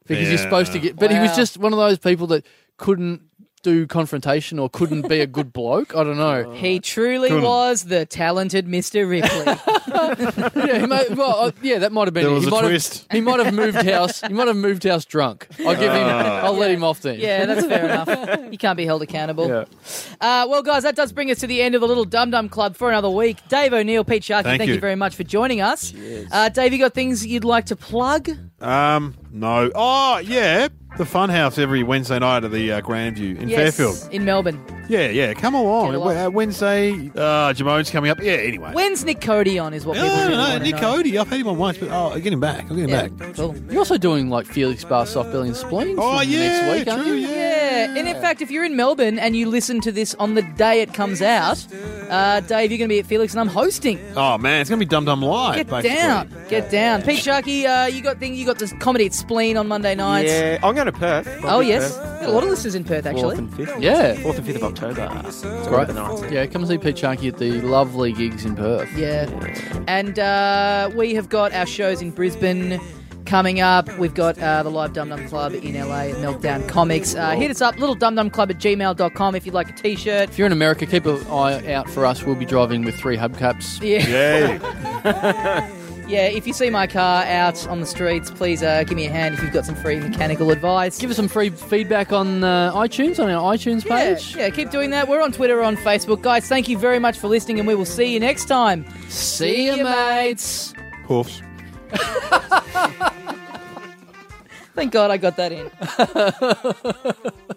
because you're Yeah. supposed to get. But he was Wow. just one of those people that couldn't do confrontation or couldn't be a good bloke. I don't know. He truly Cool. was the talented Mr. Ripley. Yeah, he may, well, uh, yeah, that might have been. There it. was he a might twist. Have, he might have moved house. He might have moved house drunk. I'll give him. Oh. I'll let him off then. yeah, that's fair enough. You can't be held accountable. Yeah. Uh, well, guys, that does bring us to the end of the Little Dum Dum Club for another week. Dave O'Neill, Pete Sharkey, thank, Thank you. you. very much for joining us. Uh, Dave, you got things you'd like to plug? Um, no. Oh, yeah. The Funhouse every Wednesday night at the uh, Grandview in Fairfield. In Melbourne. Yeah, yeah. Come along. Get along. Uh, Wednesday. Uh, Jamone's coming up. Yeah. Anyway. When's Nick Cody on, is what people no, really no, want to Nick know. Cody. I've had him on once, but oh, I'll get him back. I'll get him Yeah, back. cool. You're also doing like Felix Bar soft belly and spleen. Oh, for the yeah, next week, aren't true, you? yeah. Yeah, and in fact, if you're in Melbourne and you listen to this on the day it comes out, uh, Dave, you're going to be at Felix and I'm hosting. Oh man, it's gonna be Dum Dum Live. Get basically. down, get down. Pete Sharkey, uh, you got thing, you got this comedy at Spleen on Monday nights. Yeah, I'm going to Perth. Oh I'll be yes, Perth. Got a lot of listeners in Perth Fourth actually. and fifth. Yeah. fourth and fifth of October. It's Right. the night. Yeah, come and see Pete Sharkey at the lovely gigs in Perth. Yeah, and uh, we have got our shows in Brisbane coming up. We've got uh, the Live Dum Dum Club in LA at Meltdown Comics. Uh, hit us up, little dum dum club at gmail.com if you'd like a t shirt. If you're in America, keep an eye out for us. We'll be driving with three hubcaps. Yeah. Yeah. Yeah, if you see my car out on the streets, please uh, give me a hand if you've got some free mechanical advice. Give us some free feedback on uh, iTunes, on our iTunes yeah, page. yeah, keep doing that. We're on Twitter, we're on Facebook. Guys, thank you very much for listening, and we will see you next time. See you, mates. Poofs. Thank God I got that in.